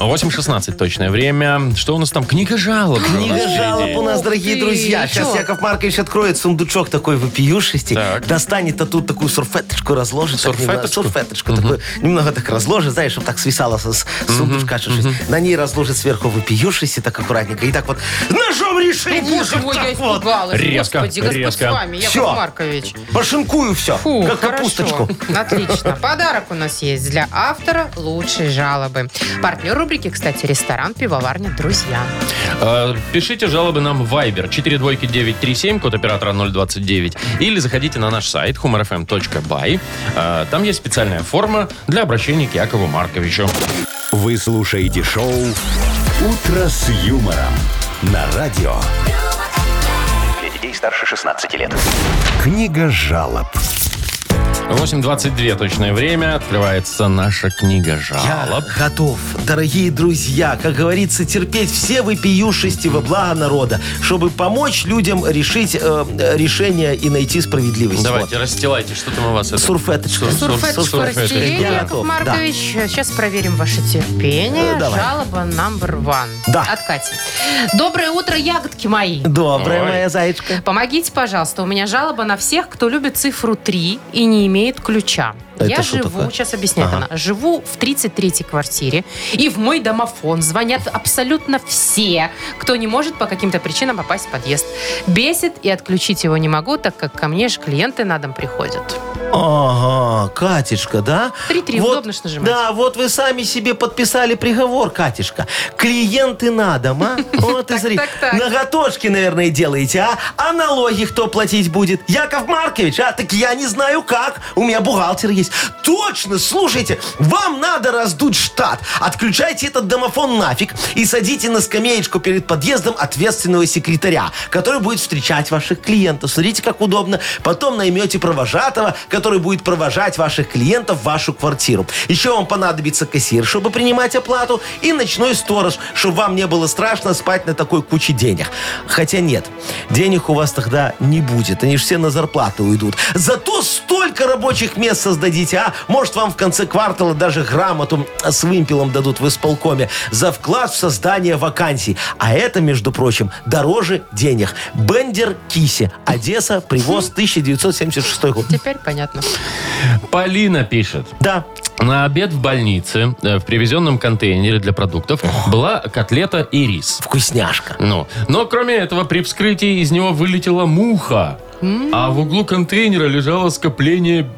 Speaker 2: 8.16 точное время. Что у нас там? Книга жалоб. же у нас
Speaker 4: Книга
Speaker 2: впереди.
Speaker 4: жалоб у нас,
Speaker 3: Ух
Speaker 4: дорогие
Speaker 3: ты,
Speaker 4: друзья.
Speaker 3: чё?
Speaker 4: Сейчас Яков Маркович откроет сундучок такой вопиюшести,
Speaker 2: Так.
Speaker 4: достанет оттуда такую сурфеточку, разложит. так немного-
Speaker 2: Сурфеточку?
Speaker 4: сурфеточку такую. Немного так разложит, знаешь, чтобы так свисало со- с сундучка. чуть-чуть. На ней разложит сверху вопиюшести так аккуратненько. И так вот ножом
Speaker 3: Ой,
Speaker 4: решение.
Speaker 3: боже мой, я испугалась.
Speaker 2: Резко,
Speaker 3: Господи, Господь
Speaker 2: резко.
Speaker 3: с вами, Яков
Speaker 4: Всё.
Speaker 3: Маркович.
Speaker 4: Пошинкую все,
Speaker 3: Фу,
Speaker 4: как
Speaker 3: хорошо.
Speaker 4: капусточку.
Speaker 3: Отлично. Подарок у нас есть для автора лучшей жалобы. Партнер партнер рубрики, кстати, ресторан, пивоварня, друзья.
Speaker 2: Э, Пишите жалобы нам в Viber 42937, код оператора 029. Или заходите на наш сайт humorfm.by. Э, Там есть специальная форма для обращения к Якову Марковичу.
Speaker 1: Вы слушаете шоу «Утро с юмором» на радио.
Speaker 6: Для детей старше 16 лет.
Speaker 1: Книга жалоб.
Speaker 2: 8.22 точное время. Открывается наша книга
Speaker 4: Я
Speaker 2: жалоб.
Speaker 4: готов, дорогие друзья, как говорится, терпеть все выпиющести во благо народа, чтобы помочь людям решить э, э, решение и найти справедливость.
Speaker 2: Давайте, расстилайте, что там у вас.
Speaker 4: Вот.
Speaker 2: это?
Speaker 4: Сурфеточка.
Speaker 2: Сур-
Speaker 3: Сурфеточку
Speaker 2: сурфеточку.
Speaker 3: разделили,
Speaker 4: Я
Speaker 3: Яков
Speaker 4: готов,
Speaker 3: Маркович. Сейчас проверим ваше терпение.
Speaker 4: Э, давай.
Speaker 3: Жалоба номер one.
Speaker 4: Да.
Speaker 3: От Кати. Доброе утро, ягодки мои.
Speaker 4: Добрая
Speaker 2: Ой.
Speaker 4: моя зайчка.
Speaker 3: Помогите, пожалуйста, у меня жалоба на всех, кто любит цифру 3 и не имеет ключа.
Speaker 4: Это
Speaker 3: Я
Speaker 4: что
Speaker 3: живу,
Speaker 4: такое?
Speaker 3: сейчас объясняет
Speaker 4: Ага.
Speaker 3: она, живу в 33-й квартире, и в мой домофон звонят абсолютно все, кто не может по каким-то причинам попасть в подъезд. Бесит и отключить его не могу, так как ко мне же клиенты на дом приходят.
Speaker 4: Ага, Катюшка, да?
Speaker 3: Три-три,
Speaker 4: Вот-
Speaker 3: удобно ж нажимать.
Speaker 4: Да, вот вы сами себе подписали приговор, Катюшка. Клиенты на дом, а? Вот и смотри.
Speaker 3: так, так.
Speaker 4: Ноготочки, наверное, делаете, а? А налоги кто платить будет? Яков Маркович? А, так я не знаю как. У меня бухгалтер есть. Точно, слушайте, вам надо раздуть штат. Отключайте этот домофон нафиг и садите на скамеечку перед подъездом ответственного секретаря, который будет встречать ваших клиентов. Смотрите, как удобно. Потом наймете провожатого, который будет провожать ваших клиентов в вашу квартиру. Еще вам понадобится кассир, чтобы принимать оплату, и ночной сторож, чтобы вам не было страшно спать на такой куче денег. Хотя нет, денег у вас тогда не будет. Они ж все на зарплату уйдут. Зато столько рабочих мест создадите, а? Может, вам в конце квартала даже грамоту а, с вымпелом дадут в исполкоме за вклад в создание вакансий. А это, между прочим, дороже денег. Бендер Киси. Одесса. Привоз. 1976 год.
Speaker 3: Теперь понятно.
Speaker 2: Полина пишет.
Speaker 4: Да.
Speaker 2: На обед в больнице э, в привезенном контейнере для продуктов была котлета и рис.
Speaker 4: Вкусняшка.
Speaker 2: Ну, но кроме этого, при вскрытии из него вылетела муха, а в углу контейнера лежало скопление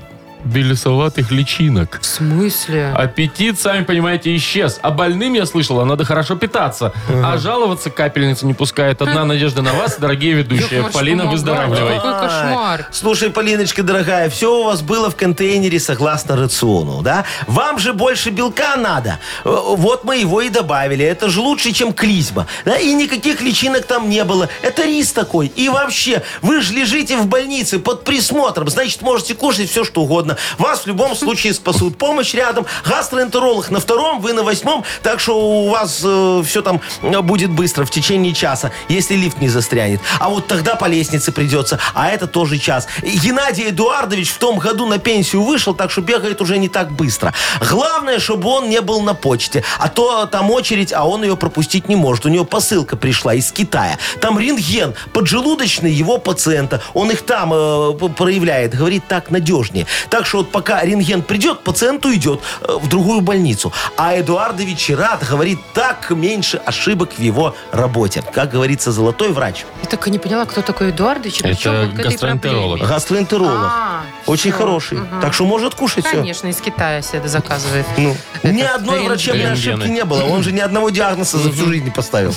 Speaker 2: белесоватых личинок.
Speaker 3: В смысле?
Speaker 2: Аппетит, сами понимаете, исчез. А больным, я слышала, надо хорошо питаться. А жаловаться капельница не пускает. Одна надежда на вас, дорогие ведущие.
Speaker 3: Яков Маркович,
Speaker 2: Полина,
Speaker 3: помогай.
Speaker 2: выздоравливай.
Speaker 3: Какой кошмар.
Speaker 4: Слушай, Полиночка, дорогая, все у вас было в контейнере согласно рациону, да? Вам же больше белка надо. Э, Вот мы его и добавили. Это же лучше, чем клизма. Да? И никаких личинок там не было. Это рис такой. И вообще, вы же лежите в больнице под присмотром. Значит, можете кушать все, что угодно. Вас в любом случае спасут. Помощь рядом. Гастроэнтеролог на втором, вы на восьмом. Так что у вас все там э, будет быстро, в течение часа, если лифт не застрянет. А вот тогда по лестнице придется. А это тоже час. Геннадий Эдуардович в том году на пенсию вышел, так что бегает уже не так быстро. Главное, чтобы он не был на почте. А то там очередь, а он ее пропустить не может. У него посылка пришла из Китая. Там рентген поджелудочный его пациента. Он их там э, п- проявляет. Говорит, так надежнее. Так что вот пока рентген придет, пациент уйдет э, в другую больницу. А Эдуардович и рад, говорит, так меньше ошибок в его работе. Как говорится, золотой врач.
Speaker 3: Я так и не поняла, кто такой Эдуардович и при
Speaker 2: Это
Speaker 3: чем он к этой
Speaker 2: гастроэнтеролог.
Speaker 3: проблеме.
Speaker 4: Гастроэнтеролог.
Speaker 3: А,
Speaker 4: Очень
Speaker 3: всё.
Speaker 4: хороший.
Speaker 3: Мгм.
Speaker 4: Так что может кушать все.
Speaker 3: Конечно, из Китая себе заказывает.
Speaker 4: Ну,
Speaker 3: Этот
Speaker 4: ни одной
Speaker 3: рентген.
Speaker 4: врачебной
Speaker 2: рентгены.
Speaker 4: ошибки не было. Он же ни одного диагноза за всю жизнь не поставил.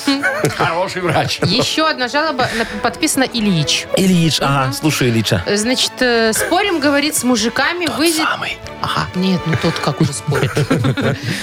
Speaker 2: Хороший врач.
Speaker 3: Еще одна жалоба на- подписана Ильич.
Speaker 4: Ильич. Ага, слушай, Ильича.
Speaker 3: Э, Значит, э, спорим, говорит, с мужиками выйдет... Нет, ну тот как уже спорит.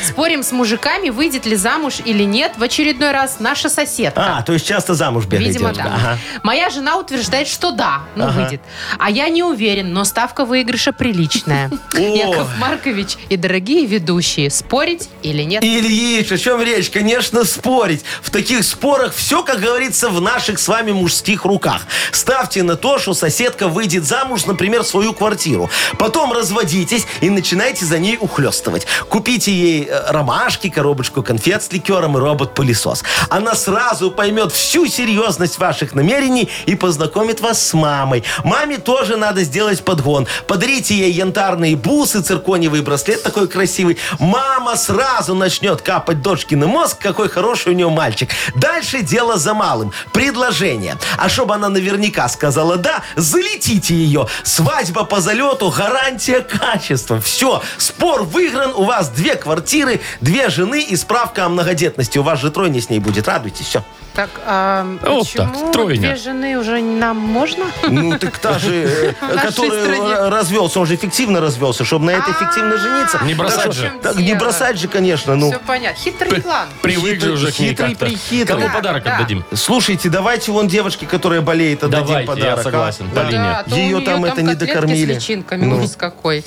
Speaker 3: Спорим с мужиками, выйдет ли замуж или нет в очередной раз наша соседка.
Speaker 4: А, то есть часто замуж бегает
Speaker 3: Видимо,
Speaker 4: девушка.
Speaker 3: да.
Speaker 4: Ага.
Speaker 3: Моя жена утверждает, что да, ну
Speaker 4: Ага.
Speaker 3: выйдет. А я не уверен, но ставка выигрыша приличная. Яков Маркович и дорогие ведущие, спорить или нет?
Speaker 4: Ильич, о чем речь? Конечно, спорить. В таких спорах все, как говорится, в наших с вами мужских руках. Ставьте на то, что соседка выйдет замуж, например, в свою квартиру. Потом разводитесь и начинайте за ней ухлестывать. Купите ей э, ромашки, коробочку конфет с ликером и робот-пылесос. Она сразу поймет всю серьезность ваших намерений и познакомит вас с мамой. Маме тоже надо сделать подгон. Подарите ей янтарные бусы, циркониевый браслет такой красивый. Мама сразу начнет капать дочкины мозг, какой хороший у нее мальчик. Дальше дело за малым. Предложение. А чтобы она наверняка сказала «да», залетите ее. Свадьба по залету – гарантия качества. имуществом. Все, спор выигран, у вас две квартиры, две жены и справка о многодетности. У вас же тройня с ней будет, радуйтесь, все.
Speaker 3: Так, а
Speaker 2: Вот
Speaker 3: почему
Speaker 2: так, тройня.
Speaker 3: две жены уже нам можно?
Speaker 4: Ну, так та же,
Speaker 3: В
Speaker 4: э,
Speaker 3: нашей
Speaker 4: который
Speaker 3: стране.
Speaker 4: э, развелся, он же эффективно развелся, чтобы на этой эффективно жениться.
Speaker 2: Не бросать
Speaker 4: Так что-
Speaker 2: же.
Speaker 4: так, Не
Speaker 3: Дело.
Speaker 4: бросать же, конечно, ну.
Speaker 3: Все понятно. Хитрый план.
Speaker 2: Привык же уже к ней
Speaker 4: Хитрый,
Speaker 2: как-то.
Speaker 4: прихитрый.
Speaker 2: Кому
Speaker 3: Да,
Speaker 2: подарок
Speaker 3: да.
Speaker 2: отдадим?
Speaker 4: Слушайте, давайте вон девочке, которая болеет, отдадим
Speaker 2: Давайте, я
Speaker 4: подарок. а?
Speaker 2: согласен.
Speaker 4: Да.
Speaker 2: Полине.
Speaker 3: Да, а то у
Speaker 4: Ее
Speaker 3: неё
Speaker 4: там это не
Speaker 3: котлетки
Speaker 4: докормили.
Speaker 3: с личинками,
Speaker 4: Ну.
Speaker 3: ужас какой.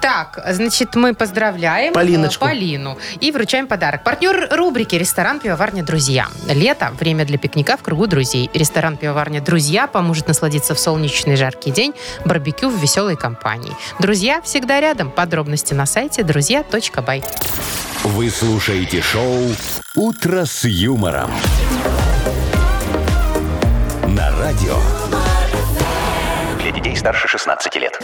Speaker 3: Так, значит, мы поздравляем
Speaker 4: Полиночку.
Speaker 3: э, Полину и вручаем подарок. Партнер рубрики «Ресторан, пивоварня, друзья». Лето – время для пикника в кругу друзей. Ресторан, пивоварня, друзья поможет насладиться в солнечный жаркий день барбекю в веселой компании. Друзья всегда рядом. Подробности на сайте друзья.бай.
Speaker 1: Вы слушаете шоу «Утро с юмором». На радио.
Speaker 6: Для детей старше 16 лет.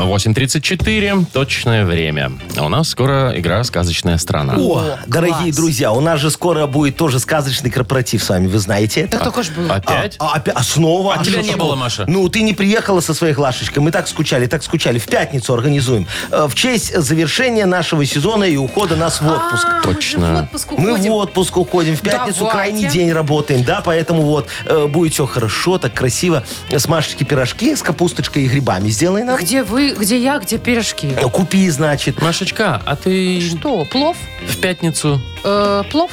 Speaker 2: 8.34, точное время. А у нас скоро игра «Сказочная страна».
Speaker 4: О, дорогие
Speaker 3: класс.
Speaker 4: друзья, у нас же скоро будет тоже сказочный корпоратив с вами, вы знаете это?
Speaker 3: Так только ж было.
Speaker 2: Опять?
Speaker 4: А, опя- а снова?
Speaker 2: А тебя
Speaker 4: что
Speaker 2: не
Speaker 4: такого?
Speaker 2: было, Маша.
Speaker 4: Ну, ты не приехала со своей Глашечкой. Мы так скучали, так скучали. В пятницу организуем. Э, В честь завершения нашего сезона и ухода нас в отпуск.
Speaker 3: А, мы же
Speaker 2: Точно.
Speaker 3: в отпуск
Speaker 4: Мы
Speaker 3: уходим.
Speaker 4: в отпуск уходим. В пятницу
Speaker 3: Давайте.
Speaker 4: крайний день работаем, да, поэтому вот э, будет все хорошо, так красиво. С Машечки пирожки с капусточкой и грибами сделай нам.
Speaker 3: А Где вы, где я, где пирожки?
Speaker 4: Э, Купи, значит.
Speaker 2: Машечка, а ты
Speaker 3: Что, плов?
Speaker 2: в пятницу,
Speaker 3: Э, плов?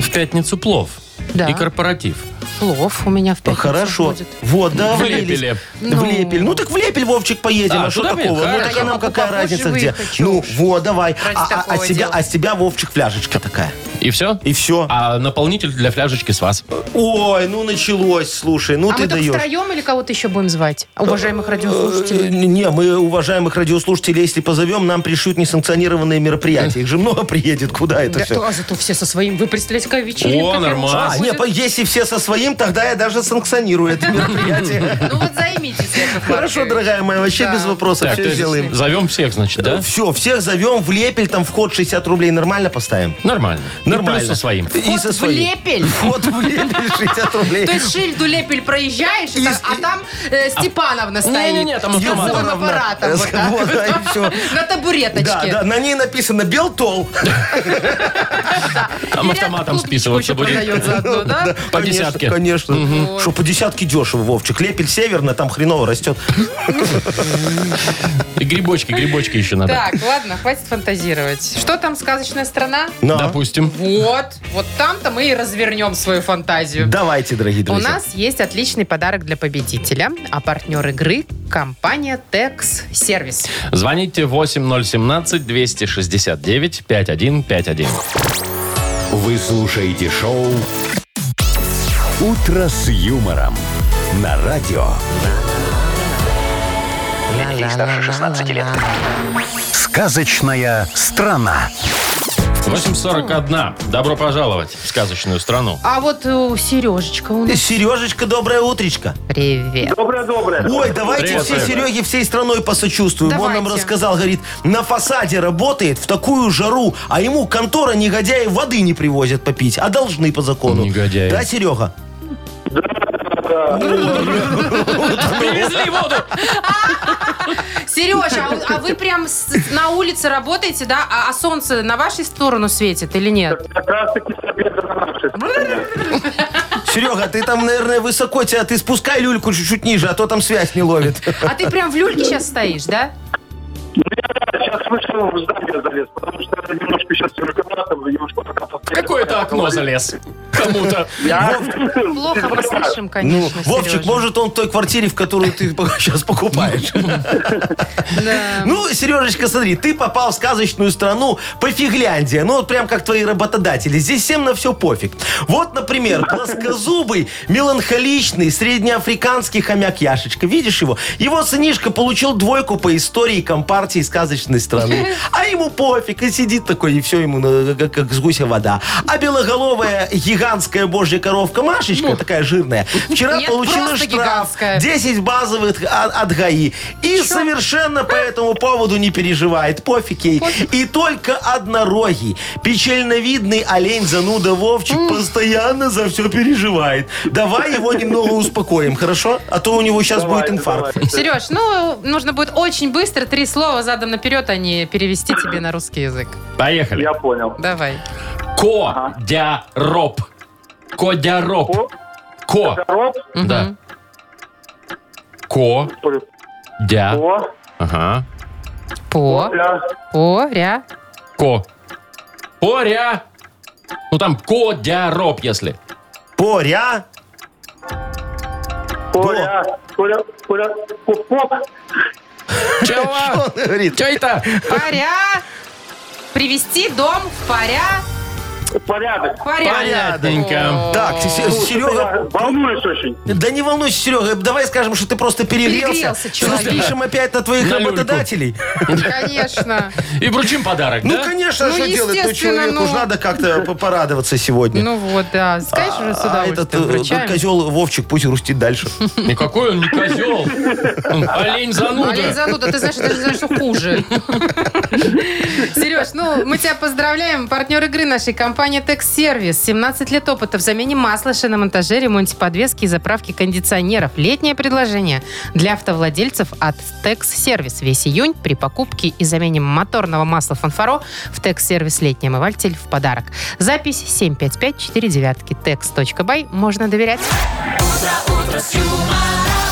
Speaker 2: в пятницу плов
Speaker 3: Да.
Speaker 2: и корпоратив.
Speaker 3: Плов у меня в пятницу
Speaker 4: Хорошо.
Speaker 3: будет.
Speaker 4: Вот, да,
Speaker 2: В
Speaker 4: вылились.
Speaker 2: Лепеле.
Speaker 4: В Лепель. Ну так в Лепель, Вовчик, поедем.
Speaker 2: А,
Speaker 4: А, что
Speaker 2: туда
Speaker 4: такого?
Speaker 2: поедем?
Speaker 4: Ну
Speaker 2: Да,
Speaker 4: так
Speaker 3: я
Speaker 4: а нам
Speaker 3: могу
Speaker 4: какая
Speaker 3: попозже
Speaker 4: разница где?
Speaker 3: выехать, чё
Speaker 4: Ну
Speaker 3: уж.
Speaker 4: вот, давай.
Speaker 3: Ради
Speaker 4: А, а, а
Speaker 3: такого
Speaker 4: тебя,
Speaker 3: дела.
Speaker 4: а с тебя, Вовчик, фляжечка такая.
Speaker 2: И все?
Speaker 4: И все.
Speaker 2: А наполнитель для фляжечки с вас.
Speaker 4: Ой, ну началось, слушай, ну
Speaker 3: а
Speaker 4: ты
Speaker 3: мы только
Speaker 4: даешь.
Speaker 3: втроем или кого-то еще будем звать? Уважаемых радиослушателей.
Speaker 4: Э, Не, мы уважаемых радиослушателей, если позовем, нам пришьют несанкционированные мероприятия. Их же много приедет, куда это
Speaker 3: Да,
Speaker 4: все?
Speaker 3: а зато все со своим. Вы представляете, какая вечеринка. А,
Speaker 2: О,
Speaker 3: прям
Speaker 2: нормально.
Speaker 3: уже
Speaker 4: А, не,
Speaker 3: будет.
Speaker 4: по- если все со своим, тогда я даже санкционирую это мероприятие.
Speaker 3: Ну вот займитесь, Яков
Speaker 4: Хорошо,
Speaker 3: Маркович.
Speaker 4: дорогая моя, вообще
Speaker 3: Да.
Speaker 4: без вопросов,
Speaker 2: Так, то
Speaker 4: все
Speaker 2: есть
Speaker 4: сделаем.
Speaker 2: Зовем всех, значит, да?
Speaker 4: Все, всех зовем в Лепель, там вход 60 рублей нормально поставим?
Speaker 2: Нормально. И
Speaker 4: Нормально.
Speaker 2: Ну, плюс со своим.
Speaker 4: И со
Speaker 3: Вход в
Speaker 4: своим.
Speaker 3: Лепель.
Speaker 4: Вход в Лепель 60 рублей.
Speaker 3: То есть Шильду Лепель проезжаешь, и так, а там э, Степановна стоит.
Speaker 2: Не-не-не, там
Speaker 3: с кассовым
Speaker 4: автомат.
Speaker 3: аппаратом. вот так.
Speaker 4: Вот, да, и всё.
Speaker 3: На табуреточке.
Speaker 4: Да, да, на ней написано Белтол.
Speaker 2: Там автоматом
Speaker 3: И рядом клубничку
Speaker 2: списываться
Speaker 3: еще
Speaker 2: будет.
Speaker 3: продает заодно, да?
Speaker 2: По
Speaker 4: Конечно,
Speaker 2: десятке.
Speaker 4: Конечно. Что по десятке дешево, Вовчик. Лепель северно, там хреново растет.
Speaker 2: И грибочки, грибочки еще надо.
Speaker 3: Так, ладно, хватит фантазировать. Что там, сказочная страна?
Speaker 4: Но.
Speaker 2: Допустим.
Speaker 3: Вот, вот там-то мы и развернем свою фантазию.
Speaker 4: Давайте, дорогие
Speaker 3: У
Speaker 4: друзья.
Speaker 3: нас есть отличный подарок для победителя, а партнер игры – компания Текс Сервис.
Speaker 2: Звоните 8017-269-5151.
Speaker 1: Вы слушаете шоу «Утро с юмором». На радио.
Speaker 6: Для детей старше 16 лет.
Speaker 1: Сказочная страна.
Speaker 2: 841. Добро пожаловать в сказочную страну.
Speaker 3: А вот у Сережечка у нас.
Speaker 4: Сережечка, доброе утречко.
Speaker 3: Привет.
Speaker 5: Доброе-доброе.
Speaker 4: Ой, давайте
Speaker 2: Привет,
Speaker 4: все
Speaker 2: Серега.
Speaker 4: Сереге всей страной посочувствуем. Он нам
Speaker 3: Давайте.
Speaker 4: рассказал, говорит, на фасаде работает в такую жару, а ему контора негодяи воды не привозят попить, а должны по закону.
Speaker 2: Негодяи.
Speaker 4: Да, Серега?
Speaker 2: А ну, Привезли воду!
Speaker 3: Сереж, а, а вы прям с- на улице работаете, да? А, а солнце на вашей сторону светит или нет?
Speaker 5: Как раз таки с обеда на наши.
Speaker 4: Серега, ты там, наверное, высоко тебя, ты спускай люльку чуть-чуть ниже, а то там связь не ловит.
Speaker 3: А ты прям в люльке сейчас стоишь, да?
Speaker 5: Сейчас вышел в здание залез, потому что я немножко сейчас рукаватом, немножко пока повторяю.
Speaker 2: Какое-то окно залез. Кому-то.
Speaker 3: Плохо мы слышим,
Speaker 4: Ну,
Speaker 3: конечно,
Speaker 4: Вовчик,
Speaker 3: Сережа.
Speaker 4: может, он в той квартире, в которую ты сейчас покупаешь.
Speaker 3: Да.
Speaker 4: Ну, Сережечка, смотри, ты попал в сказочную страну пофигляндия. Ну, вот прям как твои работодатели. Здесь всем на все пофиг. Вот, например, плоскозубый, меланхоличный, среднеафриканский хомяк Яшечка. Видишь его? Его сынишка получил двойку по истории компартии сказочной страны. э, А ему пофиг. И сидит такой, и все ему э, как, как с гуся вода. А белоголовая гига гигантская божья коровка Машечка, такая жирная, вчера
Speaker 3: Ну. Нет,
Speaker 4: получила
Speaker 3: просто
Speaker 4: штраф
Speaker 3: гигантская.
Speaker 4: 10 базовых от, от ГАИ. И совершенно по этому поводу не переживает. Пофиг ей. И только однорогий, печальновидный олень зануда Вовчик постоянно за все переживает. Давай его немного успокоим, хорошо? А то у него сейчас будет инфаркт.
Speaker 3: Сереж, ну, нужно будет очень быстро три слова задом наперед, а не перевести тебе на русский язык.
Speaker 2: Поехали.
Speaker 5: Я понял.
Speaker 3: Давай.
Speaker 2: Кодяроп. Кодяроп.
Speaker 5: Ко-
Speaker 2: Ко.
Speaker 5: Коробка.
Speaker 2: Да. Ко. Дя. Ага.
Speaker 3: По, поря,
Speaker 2: Ко. Поря. Ну там кодяроп, если.
Speaker 4: Поря.
Speaker 5: Коля, Коля, Коля, Купок,
Speaker 2: Чего?
Speaker 4: Он говорит.
Speaker 2: Че это?
Speaker 3: поря. Привести дом в поря.
Speaker 5: порядок.
Speaker 3: Поря.
Speaker 2: Понятненько.
Speaker 3: О.
Speaker 4: Так, Се- Се- Серега,
Speaker 5: Я волнуюсь очень.
Speaker 4: да не волнуйся, Серега, давай скажем, что ты просто перегрелся.
Speaker 3: Перегрелся, человек.
Speaker 4: Пишем опять на твоих
Speaker 2: На люльку.
Speaker 4: работодателей.
Speaker 3: Конечно.
Speaker 2: И вручим подарок,
Speaker 4: Ну,
Speaker 2: да?
Speaker 4: конечно,
Speaker 3: Ну,
Speaker 4: что делать? Ну,
Speaker 3: естественно,
Speaker 4: человеку
Speaker 3: ну.
Speaker 4: же надо как-то по- порадоваться сегодня.
Speaker 3: Ну вот, да. Скажешь уже с
Speaker 4: А этот
Speaker 3: удовольствием.
Speaker 4: э,
Speaker 3: Вручаем.
Speaker 4: козел Вовчик пусть рустит дальше.
Speaker 2: Никакой он не козел. Он Олень
Speaker 3: Олень
Speaker 2: зануда.
Speaker 3: зануда, А, ты знаешь, даже не знаешь, что хуже. Сереж, ну, мы тебя поздравляем. Партнер игры нашей компании «Текс-сервис». 17 лет опыта в замене масла, шиномонтаже, ремонте подвески и заправке кондиционеров. Летнее предложение для автовладельцев от «Текс-сервис». Весь июнь при покупке и замене моторного масла «Фанфаро» в «Текс-сервис» летний омыватель в подарок. Запись 75549 tex.by. Можно доверять.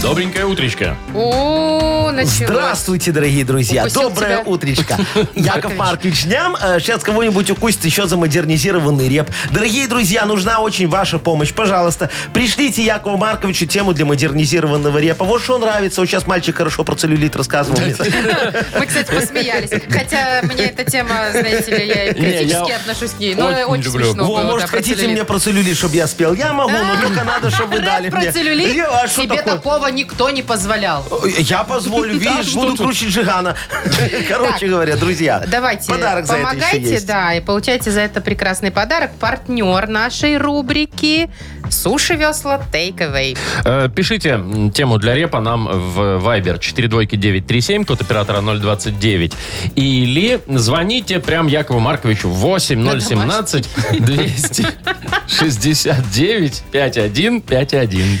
Speaker 2: Добренькое утречко.
Speaker 3: О, началось.
Speaker 4: Здравствуйте, дорогие друзья.
Speaker 3: Укусил
Speaker 4: Доброе
Speaker 3: тебя.
Speaker 4: утречко. Яков Маркович, дням э, сейчас кого-нибудь укусит еще за модернизированный реп. Дорогие друзья, нужна очень ваша помощь. Пожалуйста, пришлите Якову Марковичу тему для модернизированного репа. Вот что нравится. Вот сейчас мальчик хорошо про целлюлит рассказывал. мне.
Speaker 3: Мы, кстати, посмеялись. Хотя мне эта тема, знаете ли, я критически
Speaker 2: я
Speaker 3: отношусь к ней. Но
Speaker 2: очень
Speaker 3: очень,
Speaker 2: люблю.
Speaker 3: смешно
Speaker 4: Во,
Speaker 3: было.
Speaker 4: может,
Speaker 3: да, про
Speaker 4: хотите
Speaker 3: целлюлит.
Speaker 4: мне про целлюлит, чтобы я спел? Я могу, но только надо, чтобы вы
Speaker 3: Рэп
Speaker 4: дали
Speaker 3: про
Speaker 4: мне.
Speaker 3: целлюлит
Speaker 4: Э, а что
Speaker 3: тебе
Speaker 4: такое?
Speaker 3: такого никто не позволял.
Speaker 4: Я позволю, видишь, буду круче Джигана. Короче
Speaker 3: Так,
Speaker 4: говоря, друзья,
Speaker 3: Давайте,
Speaker 4: подарок за это еще
Speaker 3: помогайте,
Speaker 4: есть.
Speaker 3: да, и получайте за это прекрасный подарок. Партнер нашей рубрики «Суши-весла Takeaway».
Speaker 2: Э, Пишите м, тему для репа нам в Viber 42937, код оператора 029. Или звоните прям Якову Марковичу 8017 269 5151.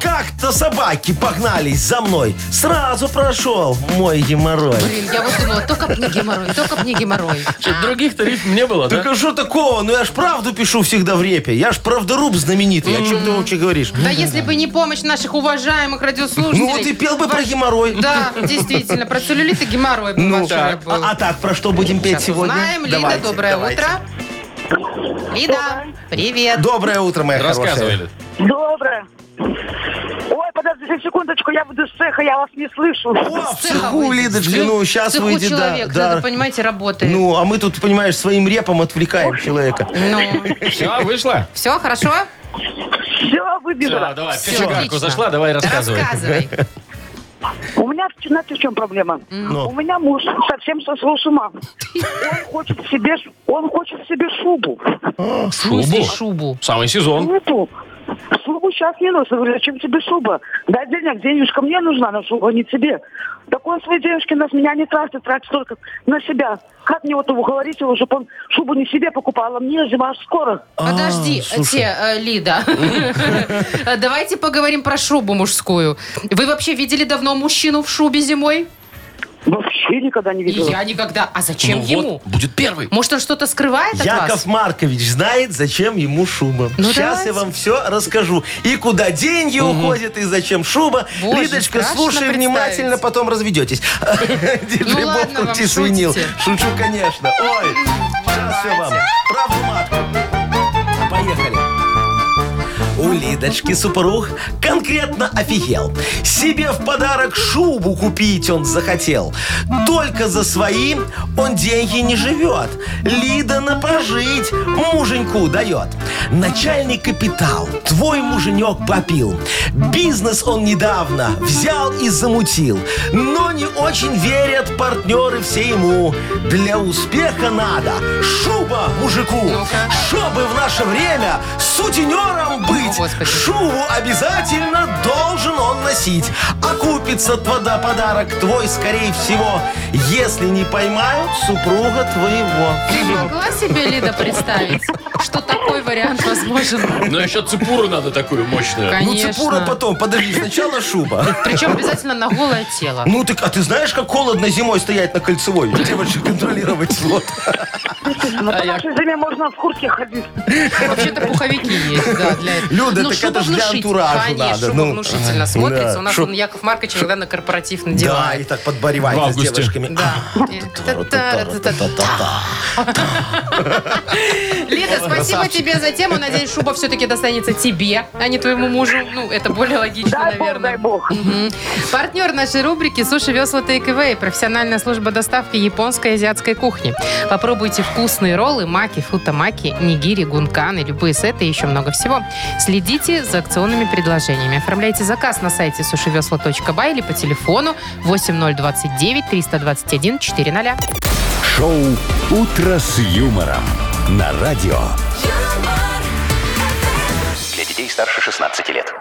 Speaker 4: как-то собаки погнались за мной. Сразу прошел мой геморрой.
Speaker 3: Блин, я вот думала, только б не геморрой, только б не геморрой.
Speaker 2: Других-то рифм не было,
Speaker 4: Так
Speaker 2: да?
Speaker 4: а что такого? Ну я ж правду пишу всегда в репе. Я ж правдоруб знаменитый. О чем ты вообще говоришь?
Speaker 3: Да если бы не помощь наших уважаемых радиослушателей.
Speaker 4: Ну вот и пел бы про
Speaker 3: ваш-
Speaker 4: геморрой.
Speaker 3: Да, действительно, про целлюлит и геморрой бы ваш
Speaker 4: а,
Speaker 3: рэп был.
Speaker 4: а так, про что будем петь
Speaker 3: Сейчас
Speaker 4: сегодня?
Speaker 3: узнаем. Лида,
Speaker 4: Давайте,
Speaker 3: доброе
Speaker 4: давайте.
Speaker 3: утро. Лида, привет.
Speaker 4: Доброе утро, моя хорошая.
Speaker 2: Рассказывали.
Speaker 7: Доброе. Ой, подождите секундочку, я буду с цеха, я вас не слышу.
Speaker 4: О, в
Speaker 3: С цеха
Speaker 4: цеху,
Speaker 3: выйдет.
Speaker 4: Лидочка, ну сейчас
Speaker 3: В цеху
Speaker 4: выйдет, да,
Speaker 3: человек,
Speaker 4: да.
Speaker 3: надо, понимаете, работает.
Speaker 4: Ну, а мы тут, понимаешь, своим репом отвлекаем человека.
Speaker 2: Все, вышло?
Speaker 3: все, Ну, хорошо?
Speaker 7: Все, выбежала.
Speaker 2: Да, давай, в
Speaker 3: Всё,
Speaker 2: кочегарку
Speaker 3: отлично.
Speaker 2: зашла, давай рассказывай.
Speaker 3: Рассказывай.
Speaker 7: У меня, знаете, в чем проблема?
Speaker 4: Ну.
Speaker 7: У меня муж совсем сошел с ума. Он хочет себе, ш- он хочет себе шубу.
Speaker 3: Шубу.
Speaker 2: Шубу.
Speaker 3: шубу.
Speaker 2: Самый сезон.
Speaker 7: Шубу. Шубу сейчас не носит. Говорю, зачем тебе шуба? Дай денег, денежка мне нужна, но шуба не тебе. Так он свои денежки на меня не тратит, тратит только на себя. Как мне вот его говорить, его, чтобы он шубу не себе покупал, а мне зима аж скоро.
Speaker 3: Подожди,
Speaker 4: А, слушай.
Speaker 3: те, э, Лида. Давайте поговорим про шубу мужскую. Вы вообще видели давно мужчину в шубе зимой?
Speaker 7: Вообще никогда не
Speaker 3: И
Speaker 7: видела.
Speaker 3: я никогда. А зачем
Speaker 2: Ну вот,
Speaker 3: ему?
Speaker 2: будет первый.
Speaker 3: Может, он что-то скрывает от
Speaker 4: Яков
Speaker 3: вас?
Speaker 4: Маркович знает, зачем ему шуба.
Speaker 3: Ну,
Speaker 4: Сейчас
Speaker 3: давайте.
Speaker 4: я вам все расскажу. И куда деньги уходят, и зачем шуба.
Speaker 3: Боже,
Speaker 4: Лидочка,
Speaker 3: страшно
Speaker 4: слушай
Speaker 3: представить.
Speaker 4: внимательно, потом разведетесь. Диджей
Speaker 3: Ну ладно
Speaker 4: Боб,
Speaker 3: вам,
Speaker 4: крути свинил.
Speaker 3: шутите.
Speaker 4: Шучу, конечно. Ой, сейчас все вам. Правду матку. Поехали. У Лидочки супруг конкретно офигел. Себе в подарок шубу купить он захотел. Только за свои он деньги не живет. Лида на пожить муженьку дает. Начальный капитал твой муженек попил. Бизнес он недавно взял и замутил. Но не очень верят партнеры все ему. Для успеха надо шуба мужику.
Speaker 3: Ну-ка.
Speaker 4: Чтобы в наше время сутенером быть,
Speaker 3: Господи.
Speaker 4: шубу обязательно должен он носить. А Окупится твода подарок твой, скорее всего, если не поймают супруга
Speaker 3: Ты
Speaker 4: твоего.
Speaker 3: могла себе, Лида, представить, что такой вариант возможен?
Speaker 2: Но еще цепуру надо такую мощную.
Speaker 4: Ну, цепура
Speaker 3: Конечно.
Speaker 4: потом, подожди, сначала шуба.
Speaker 3: Причем обязательно на голое тело.
Speaker 4: Ну так, а ты знаешь, как холодно зимой стоять на кольцевой? Девочек контролировать вот.
Speaker 7: Ну, по нашей зиме можно в куртке ходить.
Speaker 3: Ну, Вообще-то пуховики есть, да, для этого.
Speaker 4: Люда, так
Speaker 3: шуба
Speaker 4: это ж для
Speaker 3: внушить-
Speaker 4: антуражу
Speaker 3: Конечно,
Speaker 4: надо,
Speaker 3: шуба
Speaker 4: ну.
Speaker 3: внушительно смотрится.
Speaker 4: Да.
Speaker 3: У нас
Speaker 4: Шуб-
Speaker 3: он Яков Маркович иногда на корпоратив
Speaker 4: Да, и
Speaker 3: надевает.
Speaker 4: так
Speaker 2: В
Speaker 4: подборевается с
Speaker 2: августе.
Speaker 4: девушками.
Speaker 3: Да. Э, Лида, спасибо тебе за тему. Надеюсь, шуба все-таки достанется тебе, а не твоему мужу. Ну, это более логично,
Speaker 7: Дай бог, дай
Speaker 3: наверное.
Speaker 7: бог.
Speaker 3: Партнер нашей рубрики «Суши, весла, тейк-эвэй» – профессиональная служба доставки японской и азиатской кухни. Попробуйте вкусные роллы, маки, футамаки, нигири, гунканы, любые сеты и еще много всего. Следите за акционными предложениями. Оформляйте заказ на сайте сушевесла.бай или по телефону 8029 321 400.
Speaker 1: Шоу «Утро с юмором» на радио.
Speaker 8: юмор,
Speaker 6: Для детей старше 16 лет.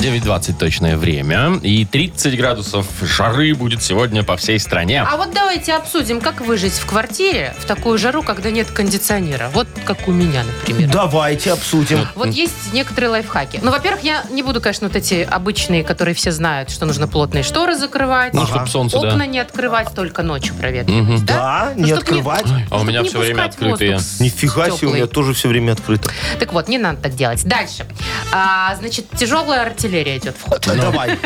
Speaker 2: 9.20 точное время. И 30 градусов жары будет сегодня по всей стране.
Speaker 3: А вот давайте обсудим, как выжить в квартире в такую жару, когда нет кондиционера. Вот как у меня, например.
Speaker 4: Давайте обсудим.
Speaker 3: Вот есть некоторые лайфхаки. Ну, во-первых, я не буду, конечно, вот эти обычные, которые все знают, что нужно плотные шторы закрывать,
Speaker 2: Ну, чтоб солнце, да.
Speaker 3: окна не открывать, только ночью проветривать. Ну,
Speaker 2: Мгм.
Speaker 4: Да, не
Speaker 3: чтоб
Speaker 4: открывать.
Speaker 2: А у
Speaker 3: чтоб
Speaker 2: меня
Speaker 3: не
Speaker 2: все время
Speaker 3: пускать
Speaker 2: открытые.
Speaker 3: воздух
Speaker 4: Нифига себе, у
Speaker 3: теплый.
Speaker 4: меня тоже все время открыто.
Speaker 3: Так вот, не надо так делать. Дальше. А, значит, тяжелая артиллерия идет в ход.
Speaker 4: Давай.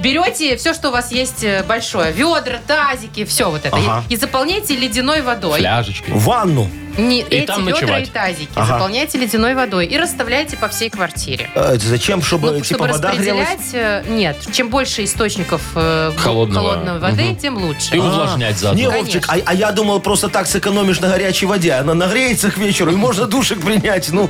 Speaker 3: Берете все, что у вас есть э, большое. Ведра, тазики, все вот это.
Speaker 4: Ага.
Speaker 3: И, и заполняйте ледяной водой.
Speaker 2: Фляжечки.
Speaker 4: Ванну.
Speaker 3: Не эти
Speaker 2: там
Speaker 3: ведра
Speaker 2: ночевать.
Speaker 3: и тазики.
Speaker 4: Ага.
Speaker 3: Заполняйте ледяной водой и расставляйте по всей квартире.
Speaker 4: Э, Зачем? Чтобы,
Speaker 3: Ну,
Speaker 4: типа,
Speaker 3: чтобы
Speaker 4: вода грелась?
Speaker 3: распределять, э, нет. Чем больше источников э,
Speaker 2: Холодного.
Speaker 3: холодной воды,
Speaker 2: Мгм.
Speaker 3: тем лучше.
Speaker 2: И
Speaker 4: А.
Speaker 2: увлажнять
Speaker 4: Не,
Speaker 2: заодно.
Speaker 3: Конечно.
Speaker 4: Вовчик, а, а я думал, просто так сэкономишь на горячей воде. Она нагреется к вечеру, и можно душик принять. Ну,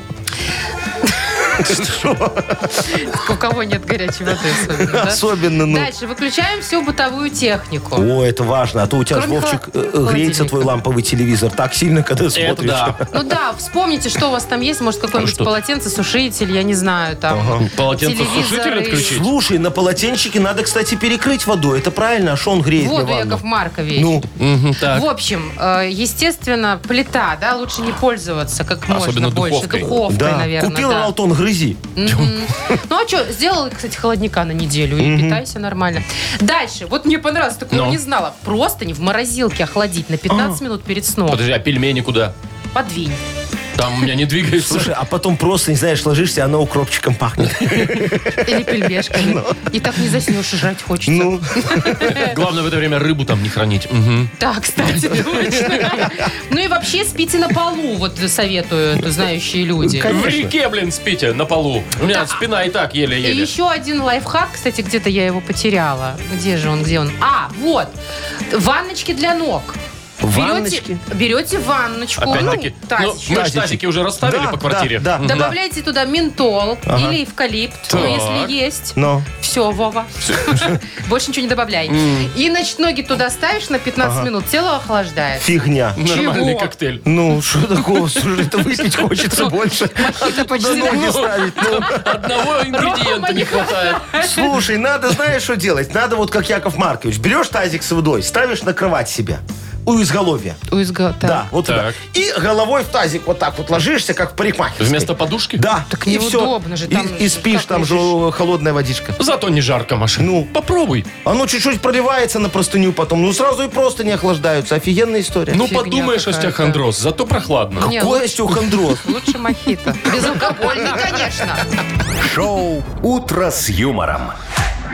Speaker 3: У кого нет горячей воды особенно, да?
Speaker 4: особенно, ну.
Speaker 3: Дальше выключаем всю бытовую технику.
Speaker 4: О, это важно. А то у тебя же,
Speaker 3: Кроме
Speaker 4: Вовчик,
Speaker 3: холо-
Speaker 4: э, э, греется
Speaker 3: холодильника.
Speaker 4: твой ламповый телевизор так сильно, когда
Speaker 2: Это
Speaker 4: смотришь.
Speaker 2: да.
Speaker 3: Ну да, вспомните, что у вас там есть.
Speaker 2: А
Speaker 3: Может, какой-нибудь
Speaker 2: что?
Speaker 3: полотенцесушитель, я не знаю, там.
Speaker 2: Полотенцесушитель
Speaker 3: телевизоры.
Speaker 2: отключить?
Speaker 4: Слушай, на полотенчике надо, кстати, перекрыть водой. Это правильно, а что он греет для
Speaker 3: Воду,
Speaker 4: ванны?
Speaker 3: Яков Маркович.
Speaker 4: Ну,
Speaker 2: Мгм, так.
Speaker 3: В общем, э, естественно, плита, да, лучше не пользоваться как
Speaker 2: Особенно
Speaker 3: можно больше.
Speaker 2: духовкой.
Speaker 3: Духовкой,
Speaker 4: да.
Speaker 3: наверное,
Speaker 4: Купил
Speaker 3: да.
Speaker 4: ралтон, грызи.
Speaker 3: Ну а что, сделал, кстати, холодника на неделю и питайся нормально. Дальше, вот мне понравилось, такого
Speaker 2: Ну.
Speaker 3: не знала. Просто не в морозилке охладить на 15 минут перед сном.
Speaker 2: Подожди, а пельмени куда?
Speaker 3: Подвинь.
Speaker 2: Там у меня не двигается.
Speaker 4: Слушай, а потом просто, не знаешь, ложишься, она укропчиком пахнет.
Speaker 3: Или пельмешками.
Speaker 2: Ну.
Speaker 3: И так не заснешь, и жрать хочется.
Speaker 4: Ну,
Speaker 2: Главное в это время рыбу там не хранить. Мгм.
Speaker 3: Да, кстати, точно. Ну и вообще спите на полу, вот советуют знающие люди.
Speaker 2: В реке, блин, спите на полу. У меня спина и так
Speaker 3: И
Speaker 2: еле-еле.
Speaker 3: еще один лайфхак, кстати, где-то я его потеряла. Где же он, где он? А, вот, ванночки для ног.
Speaker 4: Ванночки?
Speaker 3: Берете, берете ванночку,
Speaker 2: Опять-таки.
Speaker 3: ну,
Speaker 2: Ну,
Speaker 3: тазичек.
Speaker 2: мы же тазики уже расставили
Speaker 4: Да,
Speaker 2: по квартире.
Speaker 4: да, да.
Speaker 2: Мгм.
Speaker 3: Добавляйте туда ментол
Speaker 4: Ага.
Speaker 3: или эвкалипт, ну,
Speaker 2: Так.
Speaker 3: если есть.
Speaker 4: но.
Speaker 3: Все, Вова. Больше ничего не добавляй. И, значит, ноги туда ставишь на 15 минут, тело охлаждает.
Speaker 4: Фигня.
Speaker 2: Нормальный
Speaker 3: Чего?
Speaker 2: коктейль.
Speaker 4: Ну, что такого? Слушай, это выпить
Speaker 3: Ну,
Speaker 4: хочется больше. А ты
Speaker 3: почти
Speaker 4: туда
Speaker 3: так.
Speaker 4: ноги ставить. Ну,
Speaker 2: Одного ингредиента не хватает.
Speaker 4: слушай, надо, знаешь, что делать? Надо вот как Яков Маркович. Берешь тазик с водой, ставишь на кровать себе. у изголовья.
Speaker 3: У изго- так.
Speaker 4: Да, вот
Speaker 2: Так.
Speaker 4: сюда. И головой в тазик вот так вот ложишься, как в парикмахерской.
Speaker 2: Вместо подушки?
Speaker 4: Да.
Speaker 3: Так
Speaker 4: и
Speaker 3: неудобно
Speaker 4: всё.
Speaker 3: же, там
Speaker 4: и, и
Speaker 3: же
Speaker 4: спишь,
Speaker 3: как
Speaker 4: там же холодная водичка.
Speaker 2: Зато не жарко, Маша.
Speaker 4: Ну.
Speaker 2: попробуй.
Speaker 4: Оно чуть-чуть проливается на простыню потом. Ну, сразу и просто не охлаждаются. Офигенная история.
Speaker 2: Ну,
Speaker 3: Фигня
Speaker 2: подумаешь,
Speaker 3: какая-то.
Speaker 2: остеохондроз, зато прохладно.
Speaker 3: Не,
Speaker 4: Какой
Speaker 3: лучше-
Speaker 4: остеохондроз?
Speaker 3: Лучше мохито. Безалкогольный, конечно.
Speaker 1: Шоу «Утро с юмором».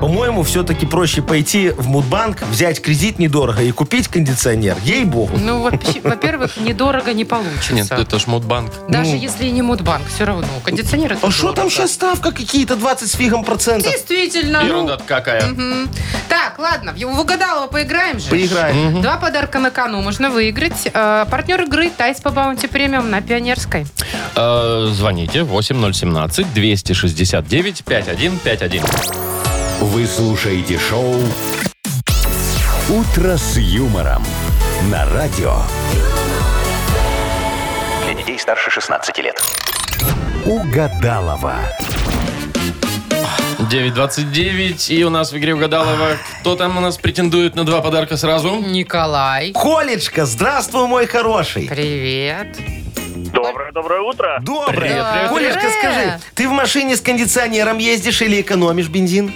Speaker 4: По-моему, все-таки проще пойти в Мудбанк, взять кредит недорого и купить кондиционер. Ей-богу.
Speaker 3: Ну, вообще, во-первых, недорого не
Speaker 2: Нет,
Speaker 3: получится.
Speaker 2: это ж Мудбанк.
Speaker 3: Даже если и не Мудбанк, все равно. Кондиционер это
Speaker 4: А что там
Speaker 3: дорого.
Speaker 4: сейчас ставка какие-то 20 с фигом процентов?
Speaker 3: Действительно. ну.
Speaker 2: Ерунда какая.
Speaker 3: Мгм. Так, ладно, в в угадалово поиграем же.
Speaker 4: Поиграем.
Speaker 3: Два подарка на кону можно выиграть. Э, партнер игры «Тайс по баунти премиум» на Пионерской.
Speaker 2: Э, Звоните 8017-269-5151.
Speaker 1: Вы слушаете шоу «Утро с юмором» на радио.
Speaker 6: Для детей старше 16 лет.
Speaker 1: Угадалова.
Speaker 2: 9.29, и у нас в игре угадалова. Кто там у нас претендует на два подарка сразу?
Speaker 3: Николай,
Speaker 4: Колечка, здравствуй, мой хороший.
Speaker 3: привет.
Speaker 5: Доброе, доброе утро.
Speaker 4: Доброе.
Speaker 3: Привет.
Speaker 4: Колечка,
Speaker 3: Доброе.
Speaker 4: скажи, ты в машине с кондиционером ездишь или экономишь бензин?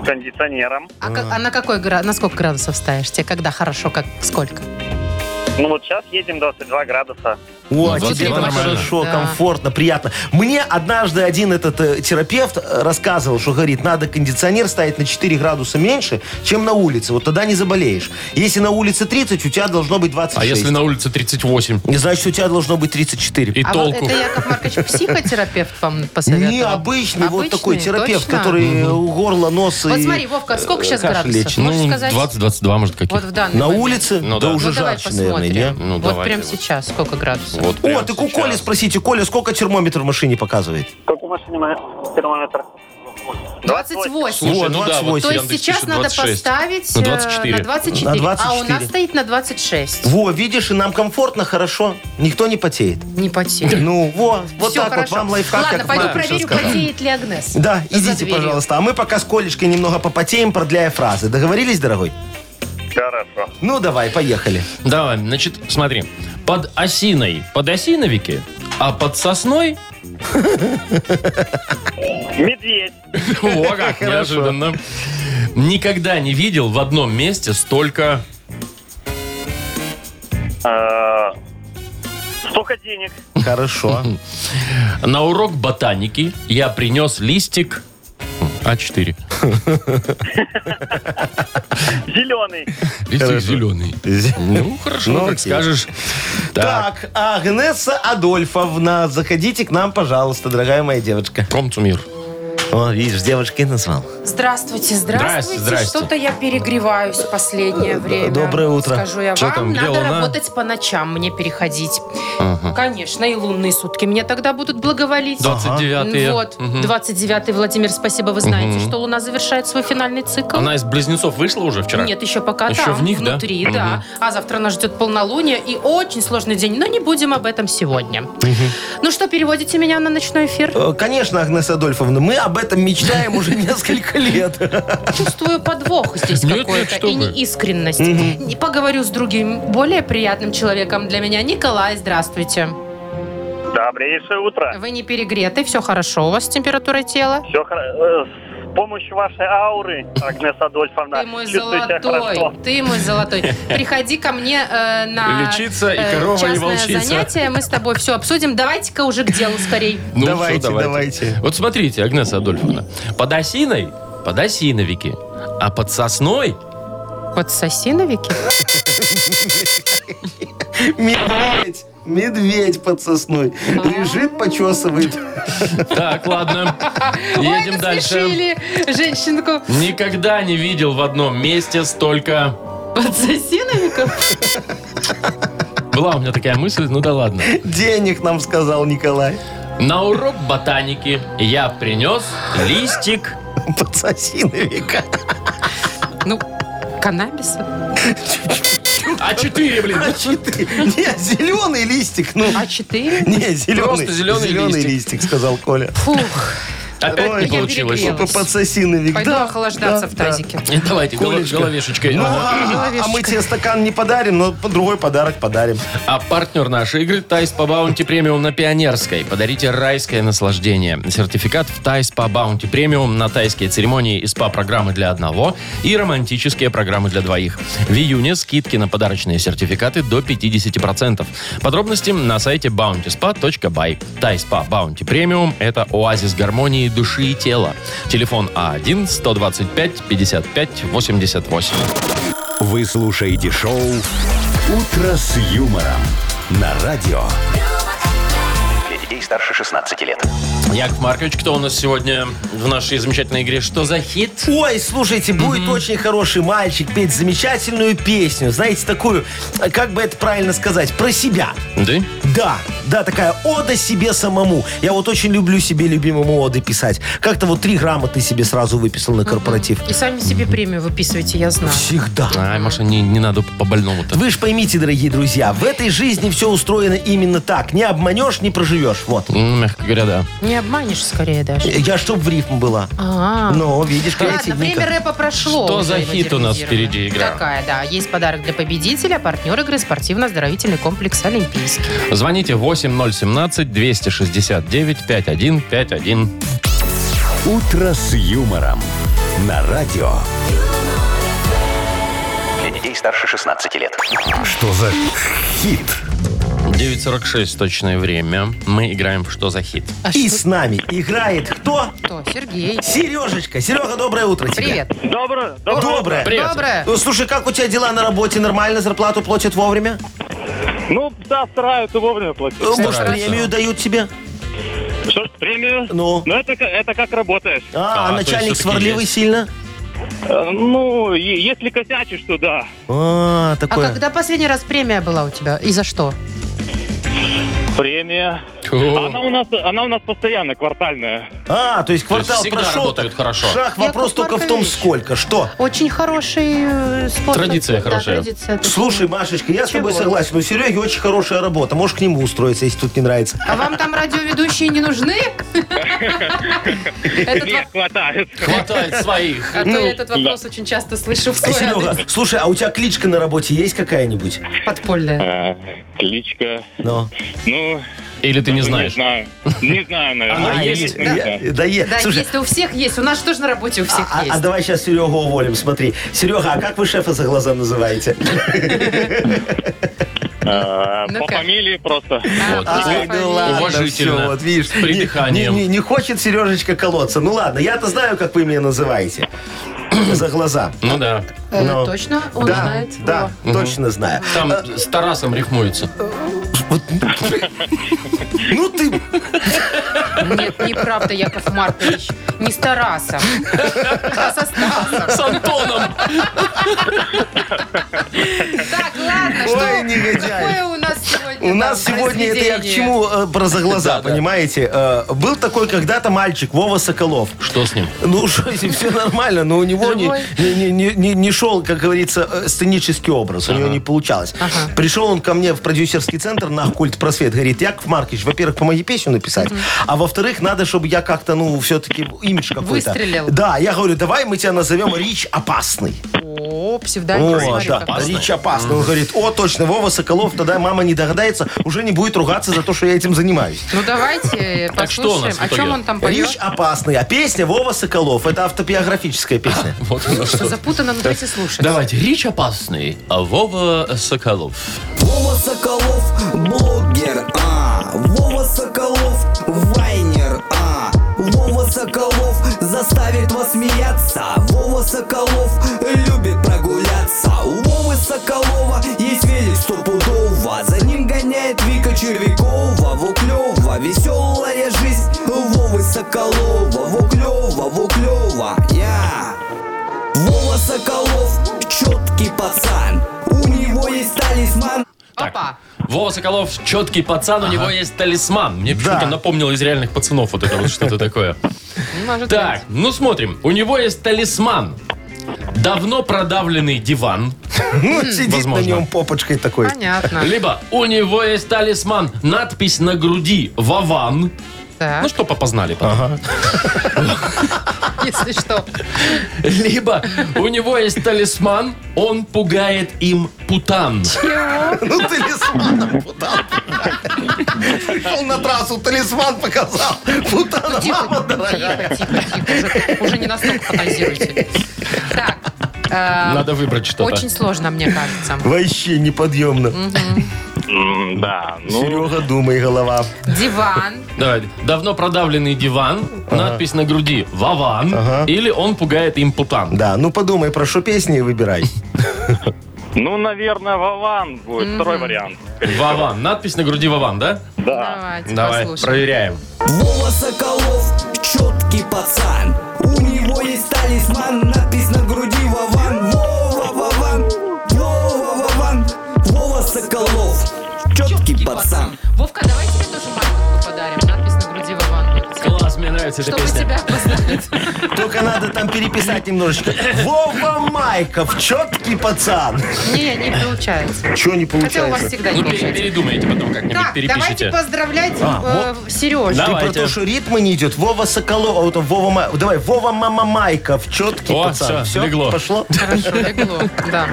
Speaker 5: С кондиционером.
Speaker 3: А, как- а на какой гра- на сколько градусов ставишь? Тебе когда хорошо, как сколько?
Speaker 5: Ну вот сейчас едем 22 градуса.
Speaker 4: О,
Speaker 2: Ну,
Speaker 4: тебе
Speaker 2: вот
Speaker 4: там
Speaker 2: нормально.
Speaker 4: хорошо,
Speaker 3: Да.
Speaker 4: комфортно, приятно. Мне однажды один этот э, терапевт э, рассказывал, что говорит, надо кондиционер ставить на 4 градуса меньше, чем на улице. Вот тогда не заболеешь. Если на улице 30, у тебя должно быть 26.
Speaker 2: А если на улице 38?
Speaker 4: Не значит, у тебя должно быть 34.
Speaker 2: И
Speaker 3: а вот
Speaker 2: толку?
Speaker 3: это Яков Маркович психотерапевт вам посоветовал?
Speaker 4: Не, обычный, вот такой
Speaker 3: Обычный?
Speaker 4: терапевт,
Speaker 3: Точно?
Speaker 4: который э, у горло, нос
Speaker 3: Вот
Speaker 4: и
Speaker 3: смотри, Вовка, сколько
Speaker 4: э,
Speaker 3: сейчас
Speaker 4: кашель
Speaker 3: градусов?
Speaker 4: лечит.
Speaker 3: Можешь
Speaker 2: Ну,
Speaker 3: сказать?
Speaker 2: 20-22, может,
Speaker 3: Вот
Speaker 2: каких.
Speaker 3: в данный
Speaker 4: На
Speaker 3: момент.
Speaker 4: улице?
Speaker 2: Ну
Speaker 4: да.
Speaker 2: да.
Speaker 3: Ну,
Speaker 4: уже
Speaker 3: давай
Speaker 4: жарче, наверное,
Speaker 3: посмотрим.
Speaker 4: не?
Speaker 2: Ну,
Speaker 3: вот
Speaker 2: давайте
Speaker 3: прямо
Speaker 2: вот.
Speaker 3: сейчас сколько градусов?
Speaker 2: Вот
Speaker 4: О,
Speaker 2: прямо
Speaker 4: так у
Speaker 2: сейчас.
Speaker 4: Коли спросите. Коля, сколько термометр в машине показывает?
Speaker 5: Как у машины ма- термометр?
Speaker 3: 28.
Speaker 2: Слушай,
Speaker 4: О,
Speaker 2: ну да,
Speaker 4: 28.
Speaker 2: вот
Speaker 3: То есть
Speaker 2: Яндекс
Speaker 3: сейчас
Speaker 2: пишет
Speaker 3: надо
Speaker 2: 26.
Speaker 3: поставить
Speaker 2: На
Speaker 3: э,
Speaker 2: 24.
Speaker 3: на 24.
Speaker 4: Ну, На
Speaker 3: А у
Speaker 4: 24.
Speaker 3: нас стоит на 26.
Speaker 4: Во, видишь, и нам комфортно, хорошо. Никто не потеет.
Speaker 3: Не потеет.
Speaker 4: Ну, во, вот
Speaker 3: Всё
Speaker 4: так
Speaker 3: хорошо.
Speaker 4: вот вам лайфхак.
Speaker 3: Ладно,
Speaker 4: Яков
Speaker 3: пойду
Speaker 4: Маркович
Speaker 3: проверю,
Speaker 4: рассказал.
Speaker 3: потеет ли Агнес.
Speaker 4: Да,
Speaker 3: За
Speaker 4: идите,
Speaker 3: дверью.
Speaker 4: пожалуйста. А мы пока с Колечкой немного попотеем, продляя фразы. Договорились, дорогой?
Speaker 5: Хорошо.
Speaker 4: Ну, давай, поехали.
Speaker 2: Давай, значит, смотри. Под осиной подосиновики, а под сосной...
Speaker 5: Медведь.
Speaker 2: О, как неожиданно. Никогда не видел в одном месте столько...
Speaker 5: Э, Столько денег.
Speaker 4: Хорошо.
Speaker 2: На урок ботаники я принес листик... А А4.
Speaker 5: Зеленый.
Speaker 2: Листик зеленый. Ну, хорошо,
Speaker 4: Ну,
Speaker 2: как
Speaker 4: окей.
Speaker 2: скажешь. Так,
Speaker 4: Так, Агнеса Адольфовна, заходите к нам, пожалуйста, дорогая моя девочка.
Speaker 2: комцумир.
Speaker 4: О, видишь, девочкой назвал.
Speaker 3: Здравствуйте,
Speaker 2: Здрасте,
Speaker 3: здравствуйте.
Speaker 2: здрасте.
Speaker 3: Что-то я перегреваюсь в последнее время.
Speaker 4: доброе утро.
Speaker 3: Скажу я
Speaker 2: Чё
Speaker 3: вам,
Speaker 2: там, где
Speaker 3: надо
Speaker 2: луна?
Speaker 3: работать по ночам, мне переходить. Конечно, и лунные сутки мне тогда будут благоволить.
Speaker 2: 29-е.
Speaker 3: Вот,
Speaker 2: Мгм.
Speaker 3: 29-й, Владимир, спасибо, вы знаете, что Луна завершает свой финальный цикл.
Speaker 2: Она из близнецов вышла уже вчера?
Speaker 3: Нет, еще пока
Speaker 2: Еще
Speaker 3: там,
Speaker 2: в них, да?
Speaker 3: внутри, да.
Speaker 2: Мгм.
Speaker 3: А завтра нас ждет полнолуние и очень сложный день, но не будем об этом сегодня. Ну что, переводите меня на ночной эфир?
Speaker 4: Э, Конечно, Агнеса Адольфовна, мы об этом мечтаем уже несколько лет.
Speaker 3: Чувствую подвох здесь
Speaker 2: Нет, нет,
Speaker 3: какой-то
Speaker 2: что
Speaker 3: и
Speaker 2: вы.
Speaker 3: неискренность. Не Поговорю с другим, более приятным человеком для меня. Николай, здравствуйте.
Speaker 5: Добрейшее утро.
Speaker 3: Вы не перегреты, все хорошо у вас с температурой тела?
Speaker 5: Все хорошо. э, С помощью вашей ауры, Агнеса Адольфовна,
Speaker 3: Ты мой
Speaker 5: чувствую себя хорошо.
Speaker 3: золотой, ты мой золотой. Приходи ко мне э, на
Speaker 2: Лечиться и
Speaker 3: э,
Speaker 2: корова, и
Speaker 3: частное
Speaker 2: волчица.
Speaker 3: занятие, мы с тобой все обсудим. Давайте-ка уже к делу скорей.
Speaker 2: Ну,
Speaker 4: Давайте,
Speaker 2: всё,
Speaker 4: давайте.
Speaker 2: Вот смотрите, Агнеса Адольфовна, под осиной подосиновики, а под сосной
Speaker 3: Под сосиновики?
Speaker 4: Медведь, медведь под сосной. Лежит, почесывает.
Speaker 2: Так, ладно. Едем
Speaker 3: Ой,
Speaker 2: дальше.
Speaker 3: насмешили женщинку
Speaker 2: Никогда не видел в одном месте столько...
Speaker 3: под сосиновиков.
Speaker 2: Была у меня такая мысль, ну да ладно.
Speaker 4: Денег нам сказал Николай.
Speaker 2: На урок ботаники я принес листик.
Speaker 4: Под сосиновика.
Speaker 3: Ну, каннабиса.
Speaker 2: А4, блин.
Speaker 4: А четыре. Не, зеленый листик. Ну,
Speaker 3: А4?
Speaker 4: не, зеленый.
Speaker 2: Просто зеленый листик.
Speaker 4: листик, сказал Коля.
Speaker 3: Фух.
Speaker 2: Опять
Speaker 4: Ой, Ну,
Speaker 2: не
Speaker 4: я
Speaker 2: получилось.
Speaker 3: перегрела.
Speaker 4: П- Подсоси навик.
Speaker 3: Пойду
Speaker 4: Да,
Speaker 3: охлаждаться
Speaker 4: да,
Speaker 3: в
Speaker 4: да.
Speaker 3: тазике.
Speaker 2: Давайте, голо-
Speaker 4: Колечко.
Speaker 2: головешечкой.
Speaker 4: Ну,
Speaker 2: Ага.
Speaker 4: а, а мы тебе стакан не подарим, но по- другой подарок подарим.
Speaker 2: А партнер нашей игры Тайс по Баунти Премиум на Пионерской. Подарите райское наслаждение. Сертификат в Тайс по Баунти Премиум на тайские церемонии и СПА-программы для одного и романтические программы для двоих. В июне скидки на подарочные сертификаты до 50%. Подробности на сайте bountyspa.by. Тайс по Баунти Премиум – это оазис гармонии души и тела. Телефон А А1-125-55-88.
Speaker 1: Вы слушаете шоу «Утро с юмором» на радио.
Speaker 6: Для детей старше 16 лет.
Speaker 2: Яков Маркович, кто у нас сегодня в нашей замечательной игре «Что за хит»?
Speaker 4: Ой, слушайте, будет очень хороший мальчик петь замечательную песню. Знаете, такую, э, как бы это правильно сказать, про себя.
Speaker 2: Да?
Speaker 4: Да, да, такая ода себе самому. Я вот очень люблю себе любимому оды писать. Как-то вот три грамоты себе сразу выписал на корпоратив.
Speaker 3: И сами себе премию выписывайте, я знаю.
Speaker 4: Всегда.
Speaker 2: Ай, А, Маша, не, не надо по-больному-то.
Speaker 4: Вы же поймите, дорогие друзья, в этой жизни все устроено именно так. Не обманешь, не проживешь. Вот.
Speaker 2: М, Ну, Мягко говоря, да.
Speaker 3: Не обманешь скорее даже.
Speaker 4: Я чтоб в рифм была.
Speaker 3: А.
Speaker 4: Ну, видишь,
Speaker 3: Ладно, время
Speaker 4: креативненько.
Speaker 3: рэпа прошло.
Speaker 2: Что
Speaker 3: уже
Speaker 2: за хит у нас впереди игра?
Speaker 3: Такая, да. Есть подарок для победителя, партнер игры спортивно-оздоровительный комплекс «Олимпийский».
Speaker 2: Звоните 8017-269-5151.
Speaker 1: «Утро с юмором» на радио.
Speaker 6: Для детей старше 16 лет.
Speaker 1: Что за хит?
Speaker 2: 9.46 точное время. Мы играем в «Что за хит».
Speaker 3: А
Speaker 4: И
Speaker 3: что
Speaker 4: с нами играет кто?
Speaker 3: то? Сергей.
Speaker 4: Сережечка. Серега, доброе утро тебе.
Speaker 3: Привет.
Speaker 5: Доброе,
Speaker 4: Доброе.
Speaker 2: Привет.
Speaker 3: Доброе. А
Speaker 4: Ну, слушай, как у тебя дела на работе? Нормально зарплату платят вовремя?
Speaker 5: Ну, да, стараются вовремя платить.
Speaker 4: Э, Может,
Speaker 2: Стараются.
Speaker 4: премию дают тебе?
Speaker 5: Что ж, премию?
Speaker 4: Ну?
Speaker 5: Ну, это, как- это как работаешь.
Speaker 4: А,
Speaker 2: А,
Speaker 4: а
Speaker 2: то
Speaker 4: начальник
Speaker 2: есть всё-таки
Speaker 4: сварливый
Speaker 2: есть.
Speaker 4: сильно?
Speaker 5: Э, Ну, е- если косячишь, то да.
Speaker 4: А,
Speaker 3: А
Speaker 4: такое.
Speaker 3: когда последний раз премия была у тебя? И за что?
Speaker 5: Премия. Она
Speaker 2: О,
Speaker 5: у нас, она у нас постоянно квартальная.
Speaker 4: А, то есть
Speaker 2: есть
Speaker 4: квартал
Speaker 2: всегда
Speaker 4: прошел.
Speaker 2: работают
Speaker 4: так
Speaker 2: хорошо.
Speaker 4: Шах, вопрос
Speaker 3: Яков
Speaker 4: только в том,
Speaker 3: Маркович.
Speaker 4: сколько. Что?
Speaker 3: Очень хороший э, спорт.
Speaker 2: Традиция
Speaker 3: Да,
Speaker 2: хорошая.
Speaker 3: традиция.
Speaker 4: Слушай, Машечка, я с тобой
Speaker 3: Чего?
Speaker 4: согласен. У Сереги очень хорошая работа. Можешь к нему устроиться, если тут не нравится.
Speaker 3: А вам там радиоведущие не нужны? Этот
Speaker 5: Не
Speaker 3: воп-
Speaker 5: хватает.
Speaker 2: Хватает своих.
Speaker 3: А то я этот вопрос очень часто слышу в
Speaker 4: Э,
Speaker 3: свой
Speaker 4: Серега,
Speaker 3: адрес.
Speaker 4: слушай, а у тебя кличка на работе есть какая-нибудь?
Speaker 3: Подпольная.
Speaker 5: Э, Кличка.
Speaker 4: Ну.
Speaker 5: Ну,
Speaker 2: Или ты не знаешь.
Speaker 5: Не знаю. Не знаю, наверное.
Speaker 2: Она
Speaker 5: Не
Speaker 2: есть?
Speaker 5: знаю.
Speaker 4: А, Я- Да, е-
Speaker 3: Да,
Speaker 4: Слушай,
Speaker 3: есть, да у всех есть. У нас же тоже на работе у всех
Speaker 4: а, а
Speaker 3: есть.
Speaker 4: давай сейчас Серегу уволим, смотри. Серега, а как вы шефа за глаза называете?
Speaker 5: Э,
Speaker 3: Ну
Speaker 5: По
Speaker 3: как?
Speaker 5: фамилии просто.
Speaker 2: Вот.
Speaker 3: Ай,
Speaker 2: Ой,
Speaker 3: ну
Speaker 2: ладно, Уважительно.
Speaker 4: А, всё, вот видишь.
Speaker 2: С придыханием.
Speaker 4: Не, не- не хочет Сережечка колоться. Ну ладно, я-то знаю, как вы меня называете. за глаза.
Speaker 2: Ну да.
Speaker 3: Э,
Speaker 4: Ну.
Speaker 3: Точно? Он
Speaker 4: да,
Speaker 3: знает?
Speaker 4: да, точно знаю.
Speaker 2: Там с Тарасом рифмуется.
Speaker 4: Ну ты,
Speaker 3: О. Нет, неправда, Яков Маркович. Не с Тарасом, а со Стасом.
Speaker 2: С Антоном.
Speaker 3: Так, ладно,
Speaker 4: ой,
Speaker 3: что
Speaker 4: негодяй.
Speaker 3: какое у нас сегодня
Speaker 4: У нас
Speaker 3: там
Speaker 4: сегодня, это я к
Speaker 3: произведение?
Speaker 4: чему э, про заглаза, понимаете? Э, Был такой когда-то мальчик, Вова Соколов.
Speaker 2: Что с ним?
Speaker 4: Ну, все нормально, но у него не,
Speaker 3: Живой.
Speaker 4: не, не- не- не шел, как говорится, э, сценический образ. У него не получалось. Пришел он ко мне в продюсерский центр на культ просвет. Говорит, Яков Маркович, во-первых, помоги песню написать, а во-вторых, надо, чтобы я как-то, ну, все-таки имидж какой-то.
Speaker 3: Выстрелил.
Speaker 4: Да, я говорю, давай мы тебя назовем Рич Опасный.
Speaker 3: О, псевдоним.
Speaker 4: О,
Speaker 3: смотри,
Speaker 4: да,
Speaker 3: какой.
Speaker 4: Рич опасный. Он говорит, о, точно, Вова Соколов, тогда мама не догадается, уже не будет ругаться за то, что я этим занимаюсь.
Speaker 3: Ну давайте
Speaker 2: Так что у нас
Speaker 3: послушаем,
Speaker 2: в
Speaker 3: о
Speaker 2: итоге?
Speaker 3: чем он там
Speaker 4: Рич
Speaker 3: поет.
Speaker 4: опасный, а песня Вова Соколов, это автобиографическая песня.
Speaker 2: Вот оно
Speaker 3: Что
Speaker 2: что.
Speaker 3: запутано, ну давайте слушать.
Speaker 2: Давайте, Рич опасный, а Вова Соколов.
Speaker 8: Вова Соколов блогер, а Вова Соколов вайнер, а Вова Соколов заставит вас смеяться Вова Соколов любит прогуляться У Вовы Соколова есть велик стопудово За ним гоняет Вика Червякова Во клёво, веселая жизнь у Вовы Соколова Во клёво, во клёво, я Вова Соколов четкий пацан У него есть талисман
Speaker 3: Опа.
Speaker 2: Вова Соколов, четкий пацан, у него есть талисман. Мне почему-то
Speaker 4: Да.
Speaker 2: напомнило из реальных пацанов вот это вот что-то такое.
Speaker 3: Может
Speaker 2: Так,
Speaker 3: быть.
Speaker 2: ну смотрим. У него есть талисман. Давно продавленный диван.
Speaker 4: Ну, сидит на
Speaker 2: возможно.
Speaker 4: нем попочкой такой.
Speaker 3: Понятно.
Speaker 2: Либо у него есть талисман. Надпись на груди Вован.
Speaker 3: Так.
Speaker 2: Ну, что попознали потом.
Speaker 4: Ну,
Speaker 3: Если что.
Speaker 2: Либо у него есть талисман, он пугает им путан.
Speaker 4: Ну, талисман, путан. Пришел на трассу, талисман показал. Путана, мама
Speaker 3: Тихо,
Speaker 4: дорогая.
Speaker 3: тихо, тихо, тихо. Уже- Уже не настолько фантазируйте. Так. э,
Speaker 2: А, Надо выбрать что-то.
Speaker 3: Очень сложно, мне кажется.
Speaker 4: Вообще неподъемно.
Speaker 5: М, Да, ну...
Speaker 4: Серега, думай, голова.
Speaker 3: Диван.
Speaker 2: Давай. Давно продавленный диван, надпись на груди «Вован» или «Он пугает им путан».
Speaker 4: Да, ну подумай, про что песни и выбирай.
Speaker 5: Ну, наверное, Вован будет. Второй вариант.
Speaker 2: «Вован». Надпись на груди «Вован», да?
Speaker 5: Да.
Speaker 3: Давайте
Speaker 2: Давай,
Speaker 3: послушаем.
Speaker 2: проверяем.
Speaker 8: Вова Соколов, четкий пацан. У него есть талисман, надпись на груди Вован. Вова, Вован, Вова, Вован. Вова Соколов, четкий пацан.
Speaker 3: Вовка, давай тебе тоже майку подарим. Надпись на груди Вован.
Speaker 2: Класс, мне нравится эта
Speaker 3: Чтобы
Speaker 2: песня. Ну,
Speaker 3: тебя поздравить.
Speaker 4: Только надо там переписать немножечко. Вова Майков, четкий пацан.
Speaker 3: Не, не получается.
Speaker 4: Чего не
Speaker 3: Хотя у вас
Speaker 4: получается?
Speaker 3: всегда не
Speaker 2: Ну, пере-
Speaker 3: получается.
Speaker 2: передумайте потом как-нибудь,
Speaker 3: Так, давайте
Speaker 2: перепишите. А,
Speaker 3: поздравлять э, Сережу.
Speaker 2: Да.
Speaker 4: Ты про
Speaker 2: Давайте.
Speaker 4: то, что ритмы не идет. Вова Соколов, а вот он Вова Ма- Давай, Вова Мама Майков, четкий
Speaker 2: О,
Speaker 4: пацан.
Speaker 2: всё, легло.
Speaker 4: пошло?
Speaker 3: Хорошо, А легло, да.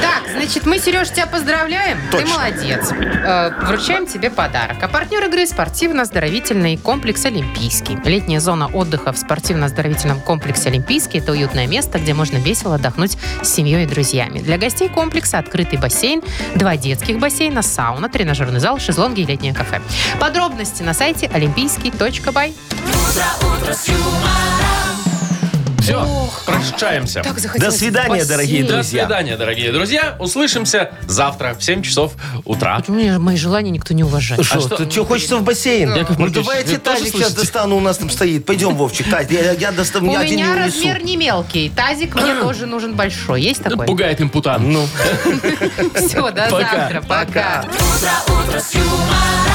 Speaker 3: Так, значит, мы, Сереж, тебя поздравляем. Ты
Speaker 4: Точно.
Speaker 3: молодец. Э, Вручаем тебе подарок. А партнер игры спортивно-оздоровительный комплекс «Олимпийский». Летняя зона отдыха в спортивно-оздоровительном комплексе «Олимпийский» – это уютное место, где можно весело отдохнуть с семьей и друзьями. Для гостей комплекса открытый бассейн, два детских бассейна, сауна, тренажерный зал, шезлонги и летнее кафе. Подробности на сайте олимпийский.бай.
Speaker 2: Все,
Speaker 3: Ох,
Speaker 2: прощаемся.
Speaker 3: Так захотелось
Speaker 4: До
Speaker 3: в
Speaker 4: свидания,
Speaker 3: бассейн.
Speaker 4: дорогие
Speaker 2: До
Speaker 4: друзья.
Speaker 2: свидания, дорогие друзья. Услышимся завтра в 7 часов утра.
Speaker 3: Почему мне мои желания никто не уважает?
Speaker 4: А Что,
Speaker 2: что?
Speaker 4: ты что, хочется в бассейн?
Speaker 2: Яков
Speaker 4: ну
Speaker 2: Маркович,
Speaker 4: давай я
Speaker 2: вы
Speaker 4: тебе
Speaker 2: тоже
Speaker 4: тазик сейчас
Speaker 2: слышите?
Speaker 4: достану, у нас там стоит. Пойдем, Вовчик, тазик. Я, я достану,
Speaker 3: У
Speaker 4: я один
Speaker 3: меня
Speaker 4: не унесу.
Speaker 3: размер не мелкий. Тазик мне тоже нужен большой. Есть такой?
Speaker 2: Пугает им путан.
Speaker 3: Все, до
Speaker 2: Пока.
Speaker 3: завтра. Пока.
Speaker 6: Утро, утро с юмором.